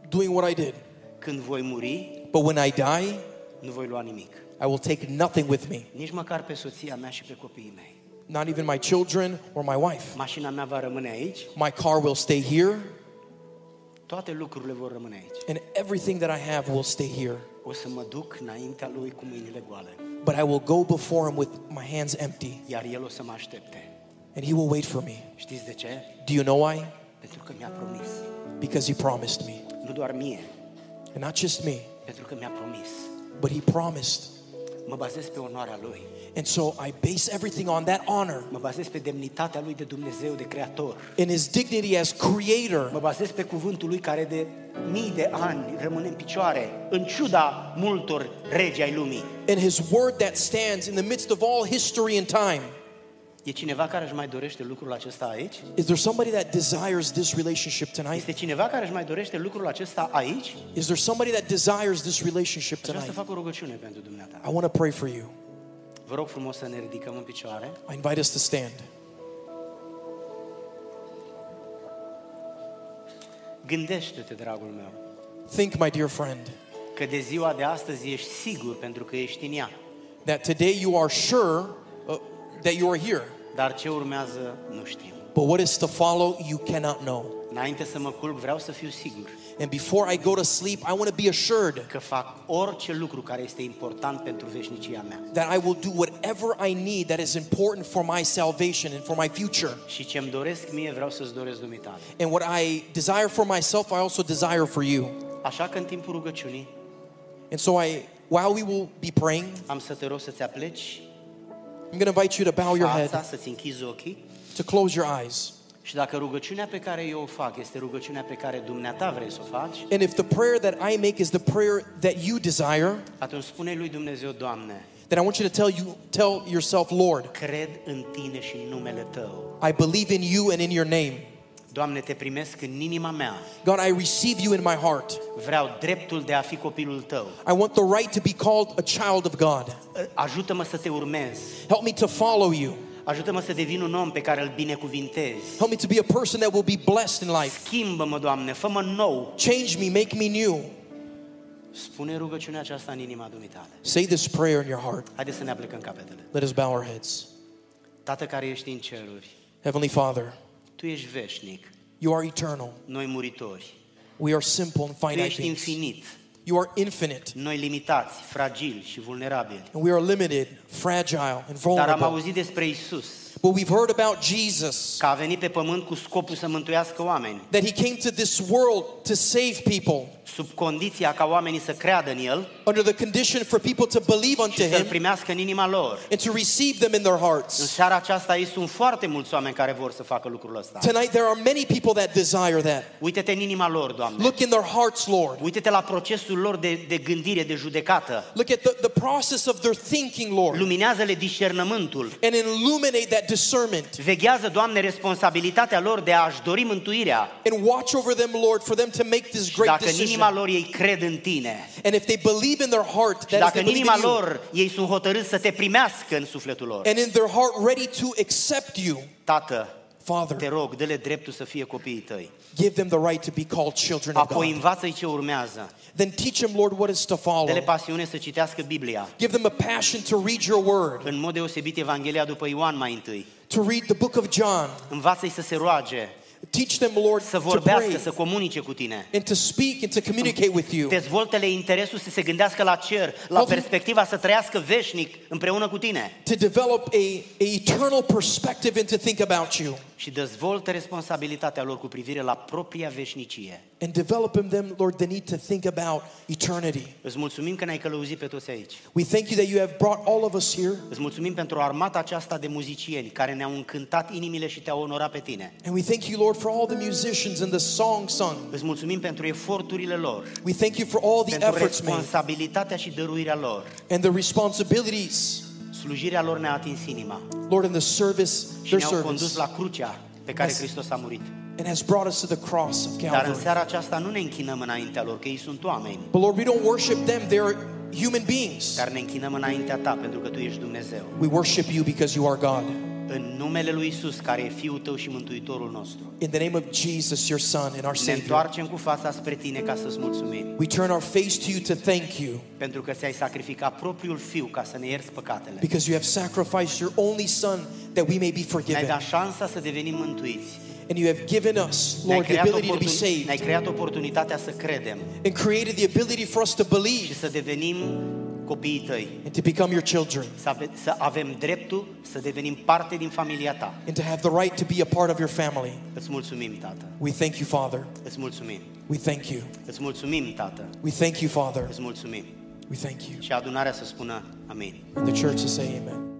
Speaker 2: doing what I did.
Speaker 1: Când voi muri,
Speaker 2: But when I die,
Speaker 1: nu voi lua nimic.
Speaker 2: I will take nothing with me,
Speaker 1: Nici măcar pe soția mea și pe copiii mei.
Speaker 2: not even my children or my wife.
Speaker 1: Mașina mea va rămâne aici,
Speaker 2: My car will stay here,
Speaker 1: toate lucrurile vor rămâne aici.
Speaker 2: and everything that I have will stay here.
Speaker 1: O să mă duc înaintea lui cu mâinile goale,
Speaker 2: But I will go before him with my hands empty,
Speaker 1: iar el o să mă aștepte.
Speaker 2: and he will wait for me.
Speaker 1: Știți de ce?
Speaker 2: Do you know why?
Speaker 1: Pentru că mi-a promis.
Speaker 2: Because he promised me.
Speaker 1: Nu doar mie,
Speaker 2: And not just me,
Speaker 1: pentru că mi-a promis.
Speaker 2: but he promised.
Speaker 1: Mă bazez pe onoarea lui,
Speaker 2: And so I base everything on that honor
Speaker 1: mă bazez pe demnitatea lui de Dumnezeu, de Creator.
Speaker 2: and his dignity as creator.
Speaker 1: Mă bazez pe cuvântul lui care de mii de ani rămâne în picioare, în ciuda multor regi ai lumii.
Speaker 2: and his word that stands in the midst of all history and time.
Speaker 1: E cineva care își mai dorește lucrul acesta aici?
Speaker 2: Is there somebody that desires this relationship tonight?
Speaker 1: Este cineva care își mai dorește lucrul acesta aici?
Speaker 2: Is there somebody that desires this relationship
Speaker 1: Și vreau
Speaker 2: tonight?
Speaker 1: să fac o rugăciune pentru dumneata.
Speaker 2: I want to pray for you.
Speaker 1: Vă rog frumos să ne ridicăm în picioare.
Speaker 2: I invite us to stand.
Speaker 1: Gândește-te, dragul meu,
Speaker 2: Think, my dear friend,
Speaker 1: că de ziua de astăzi ești sigur pentru că ești în ea.
Speaker 2: that today you are sure uh, that you are here,
Speaker 1: Dar ce urmează, nu știu.
Speaker 2: but what is to follow, you cannot know.
Speaker 1: Înainte să mă culc, vreau să fiu sigur
Speaker 2: And before I go to sleep, I want to be assured
Speaker 1: că fac orice lucru care este important pentru veșnicia mea.
Speaker 2: that I will do whatever I need that is important for my salvation and for my future.
Speaker 1: Și ce-mi doresc mie, vreau să-ți doresc dumitale.
Speaker 2: And what I desire for myself, I also desire for you.
Speaker 1: Așa că în timpul rugăciunii
Speaker 2: And so I, while we will be praying,
Speaker 1: am să te rog să-ți apleci
Speaker 2: I'm going to invite you to bow your
Speaker 1: fața,
Speaker 2: head,
Speaker 1: să-ți închizi ochii
Speaker 2: to close your eyes.
Speaker 1: și dacă rugăciunea pe care eu o fac este rugăciunea pe care dumneata vrei să o faci,
Speaker 2: And if the prayer that I make is the prayer that you desire,
Speaker 1: atunci spune lui Dumnezeu, Doamne,
Speaker 2: then I want you to tell you tell yourself, Lord,
Speaker 1: cred în Tine și în numele Tău.
Speaker 2: I believe in you and in your name.
Speaker 1: Doamne, te primesc în inima mea.
Speaker 2: God, I receive you in my heart.
Speaker 1: Vreau dreptul de a fi copilul Tău.
Speaker 2: I want the right to be called a child of God.
Speaker 1: Ajută-mă să te urmez.
Speaker 2: Help me to follow you.
Speaker 1: Ajută-mă să devin un om pe care îl binecuvintezi.
Speaker 2: Help me to be a person that will be blessed in life.
Speaker 1: Schimbă-mă, Doamne, fă-mă nou.
Speaker 2: Change me, make me new.
Speaker 1: Spune rugăciunea aceasta în inima dumitale.
Speaker 2: Say this prayer in your heart.
Speaker 1: Haideți să ne aplicăm capetele.
Speaker 2: Let us bow our heads.
Speaker 1: Tată care ești în ceruri,
Speaker 2: Heavenly Father,
Speaker 1: Tu ești veșnic,
Speaker 2: you are eternal.
Speaker 1: noi muritori.
Speaker 2: We are simple and
Speaker 1: Tu
Speaker 2: finite
Speaker 1: ești
Speaker 2: beings.
Speaker 1: infinit,
Speaker 2: You are infinite,
Speaker 1: noi limitați, fragili și vulnerabili.
Speaker 2: and we are limited, fragile, and
Speaker 1: Dar am
Speaker 2: vulnerable.
Speaker 1: auzit despre Isus,
Speaker 2: But we've heard about Jesus,
Speaker 1: că a venit pe pământ cu scopul să mântuiască oameni,
Speaker 2: that he came to this world to save people,
Speaker 1: sub condiția ca oamenii să creadă în El
Speaker 2: under the condition for people to believe unto
Speaker 1: și să-L
Speaker 2: him
Speaker 1: primească în inima lor.
Speaker 2: and to receive them in their
Speaker 1: În
Speaker 2: hearts.
Speaker 1: seara aceasta aici sunt foarte mulți oameni care vor să facă lucrul ăsta.
Speaker 2: Tonight, there are many people that desire that.
Speaker 1: Uită-te în inima lor, Doamne.
Speaker 2: Look in their hearts, Lord.
Speaker 1: Uită-te la procesul lor de, de gândire, de judecată.
Speaker 2: Look at the, the process of their thinking, Lord,
Speaker 1: Luminează-le discernământul.
Speaker 2: and illuminate that discernment.
Speaker 1: Veghează, Doamne, responsabilitatea lor de a-și dori mântuirea.
Speaker 2: And watch over them, Lord, for them to make this
Speaker 1: Și
Speaker 2: great
Speaker 1: dacă în
Speaker 2: decision.
Speaker 1: inima lor ei cred în Tine,
Speaker 2: And if they believe in their heart,
Speaker 1: și
Speaker 2: that is,
Speaker 1: dacă
Speaker 2: they
Speaker 1: în
Speaker 2: believe
Speaker 1: inima
Speaker 2: in you,
Speaker 1: lor ei sunt hotărâți să te primească în sufletul lor,
Speaker 2: and in their heart ready to accept you,
Speaker 1: Tată, te
Speaker 2: Father,
Speaker 1: rog, dă-le dreptul să fie copiii tăi.
Speaker 2: give them the right to be called children of
Speaker 1: Apoi
Speaker 2: God.
Speaker 1: învață-i ce urmează.
Speaker 2: Then teach them, Lord, what is to
Speaker 1: Dă-le
Speaker 2: follow.
Speaker 1: pasiune să citească Biblia.
Speaker 2: Give them a passion to read your word,
Speaker 1: În mod deosebit Evanghelia după Ioan mai întâi.
Speaker 2: to read the book of John.
Speaker 1: Învață-i să se roage,
Speaker 2: Teach them, Lord,
Speaker 1: să
Speaker 2: to
Speaker 1: vorbească,
Speaker 2: pray
Speaker 1: să comunice cu tine.
Speaker 2: and to speak and to communicate with you.
Speaker 1: Dezvoltă-le interesul să se gândească la cer, la
Speaker 2: Help me-
Speaker 1: perspectiva să trăiască veșnic împreună cu tine.
Speaker 2: To develop a, a eternal perspective and to think about you.
Speaker 1: Și dezvoltă responsabilitatea lor cu privire la propria veșnicie.
Speaker 2: And develop in them, Lord, the need to think about eternity.
Speaker 1: Îți mulțumim că ne-ai călăuzit pe toți aici.
Speaker 2: We thank you that you have brought all of us here.
Speaker 1: Îți mulțumim pentru armata aceasta de muzicieni care ne-au încântat inimile și te-au onorat pe tine.
Speaker 2: And we thank you, Lord, for all the musicians and the songs sung.
Speaker 1: Îți mulțumim pentru eforturile lor,
Speaker 2: We thank you for all the
Speaker 1: pentru
Speaker 2: efforts made
Speaker 1: responsabilitatea și dăruirea lor.
Speaker 2: and the responsibilities,
Speaker 1: Slujirea lor ne-a atins inima
Speaker 2: Lord, in the service,
Speaker 1: și
Speaker 2: their
Speaker 1: ne-au condus
Speaker 2: service,
Speaker 1: la crucea pe care
Speaker 2: Yes.
Speaker 1: Hristos a murit.
Speaker 2: and has brought us to the cross of
Speaker 1: Dar în
Speaker 2: Calvary.
Speaker 1: seara aceasta nu ne închinăm înaintea lor, că ei sunt oameni,
Speaker 2: But Lord, we don't worship them, they're human beings.
Speaker 1: dar ne închinăm înaintea ta pentru că tu ești Dumnezeu.
Speaker 2: We worship you because you are God.
Speaker 1: În numele lui Isus, care e Fiul tău și Mântuitorul nostru,
Speaker 2: In the name of Jesus, your Son and our
Speaker 1: ne
Speaker 2: Savior,
Speaker 1: întoarcem cu fața spre tine ca să-ți mulțumim,
Speaker 2: we turn our face to you to thank you
Speaker 1: pentru că ți-ai sacrificat propriul Fiu ca să ne ierți păcatele.
Speaker 2: because you have sacrificed your only Son that we may be
Speaker 1: Ne-ai
Speaker 2: forgiven.
Speaker 1: dat șansa să devenim mântuiți.
Speaker 2: And you have given us,
Speaker 1: Ne-ai
Speaker 2: Lord, the
Speaker 1: creat,
Speaker 2: ability to be
Speaker 1: oportuni- ne-ai
Speaker 2: saved
Speaker 1: creat oportunitatea să credem
Speaker 2: and created the ability for us to
Speaker 1: și
Speaker 2: believe
Speaker 1: să devenim copiii tăi,
Speaker 2: and to become your children
Speaker 1: să, ave- să avem dreptul să devenim parte din familia ta.
Speaker 2: and to have the right to be a part of your family.
Speaker 1: Îți mulțumim, Tată.
Speaker 2: We thank you, Father.
Speaker 1: Îți mulțumim.
Speaker 2: We thank you.
Speaker 1: Îți mulțumim, Tată.
Speaker 2: We thank you, Father.
Speaker 1: Îți mulțumim.
Speaker 2: We thank you.
Speaker 1: Și adunarea să spună amin.
Speaker 2: And the church to say amen.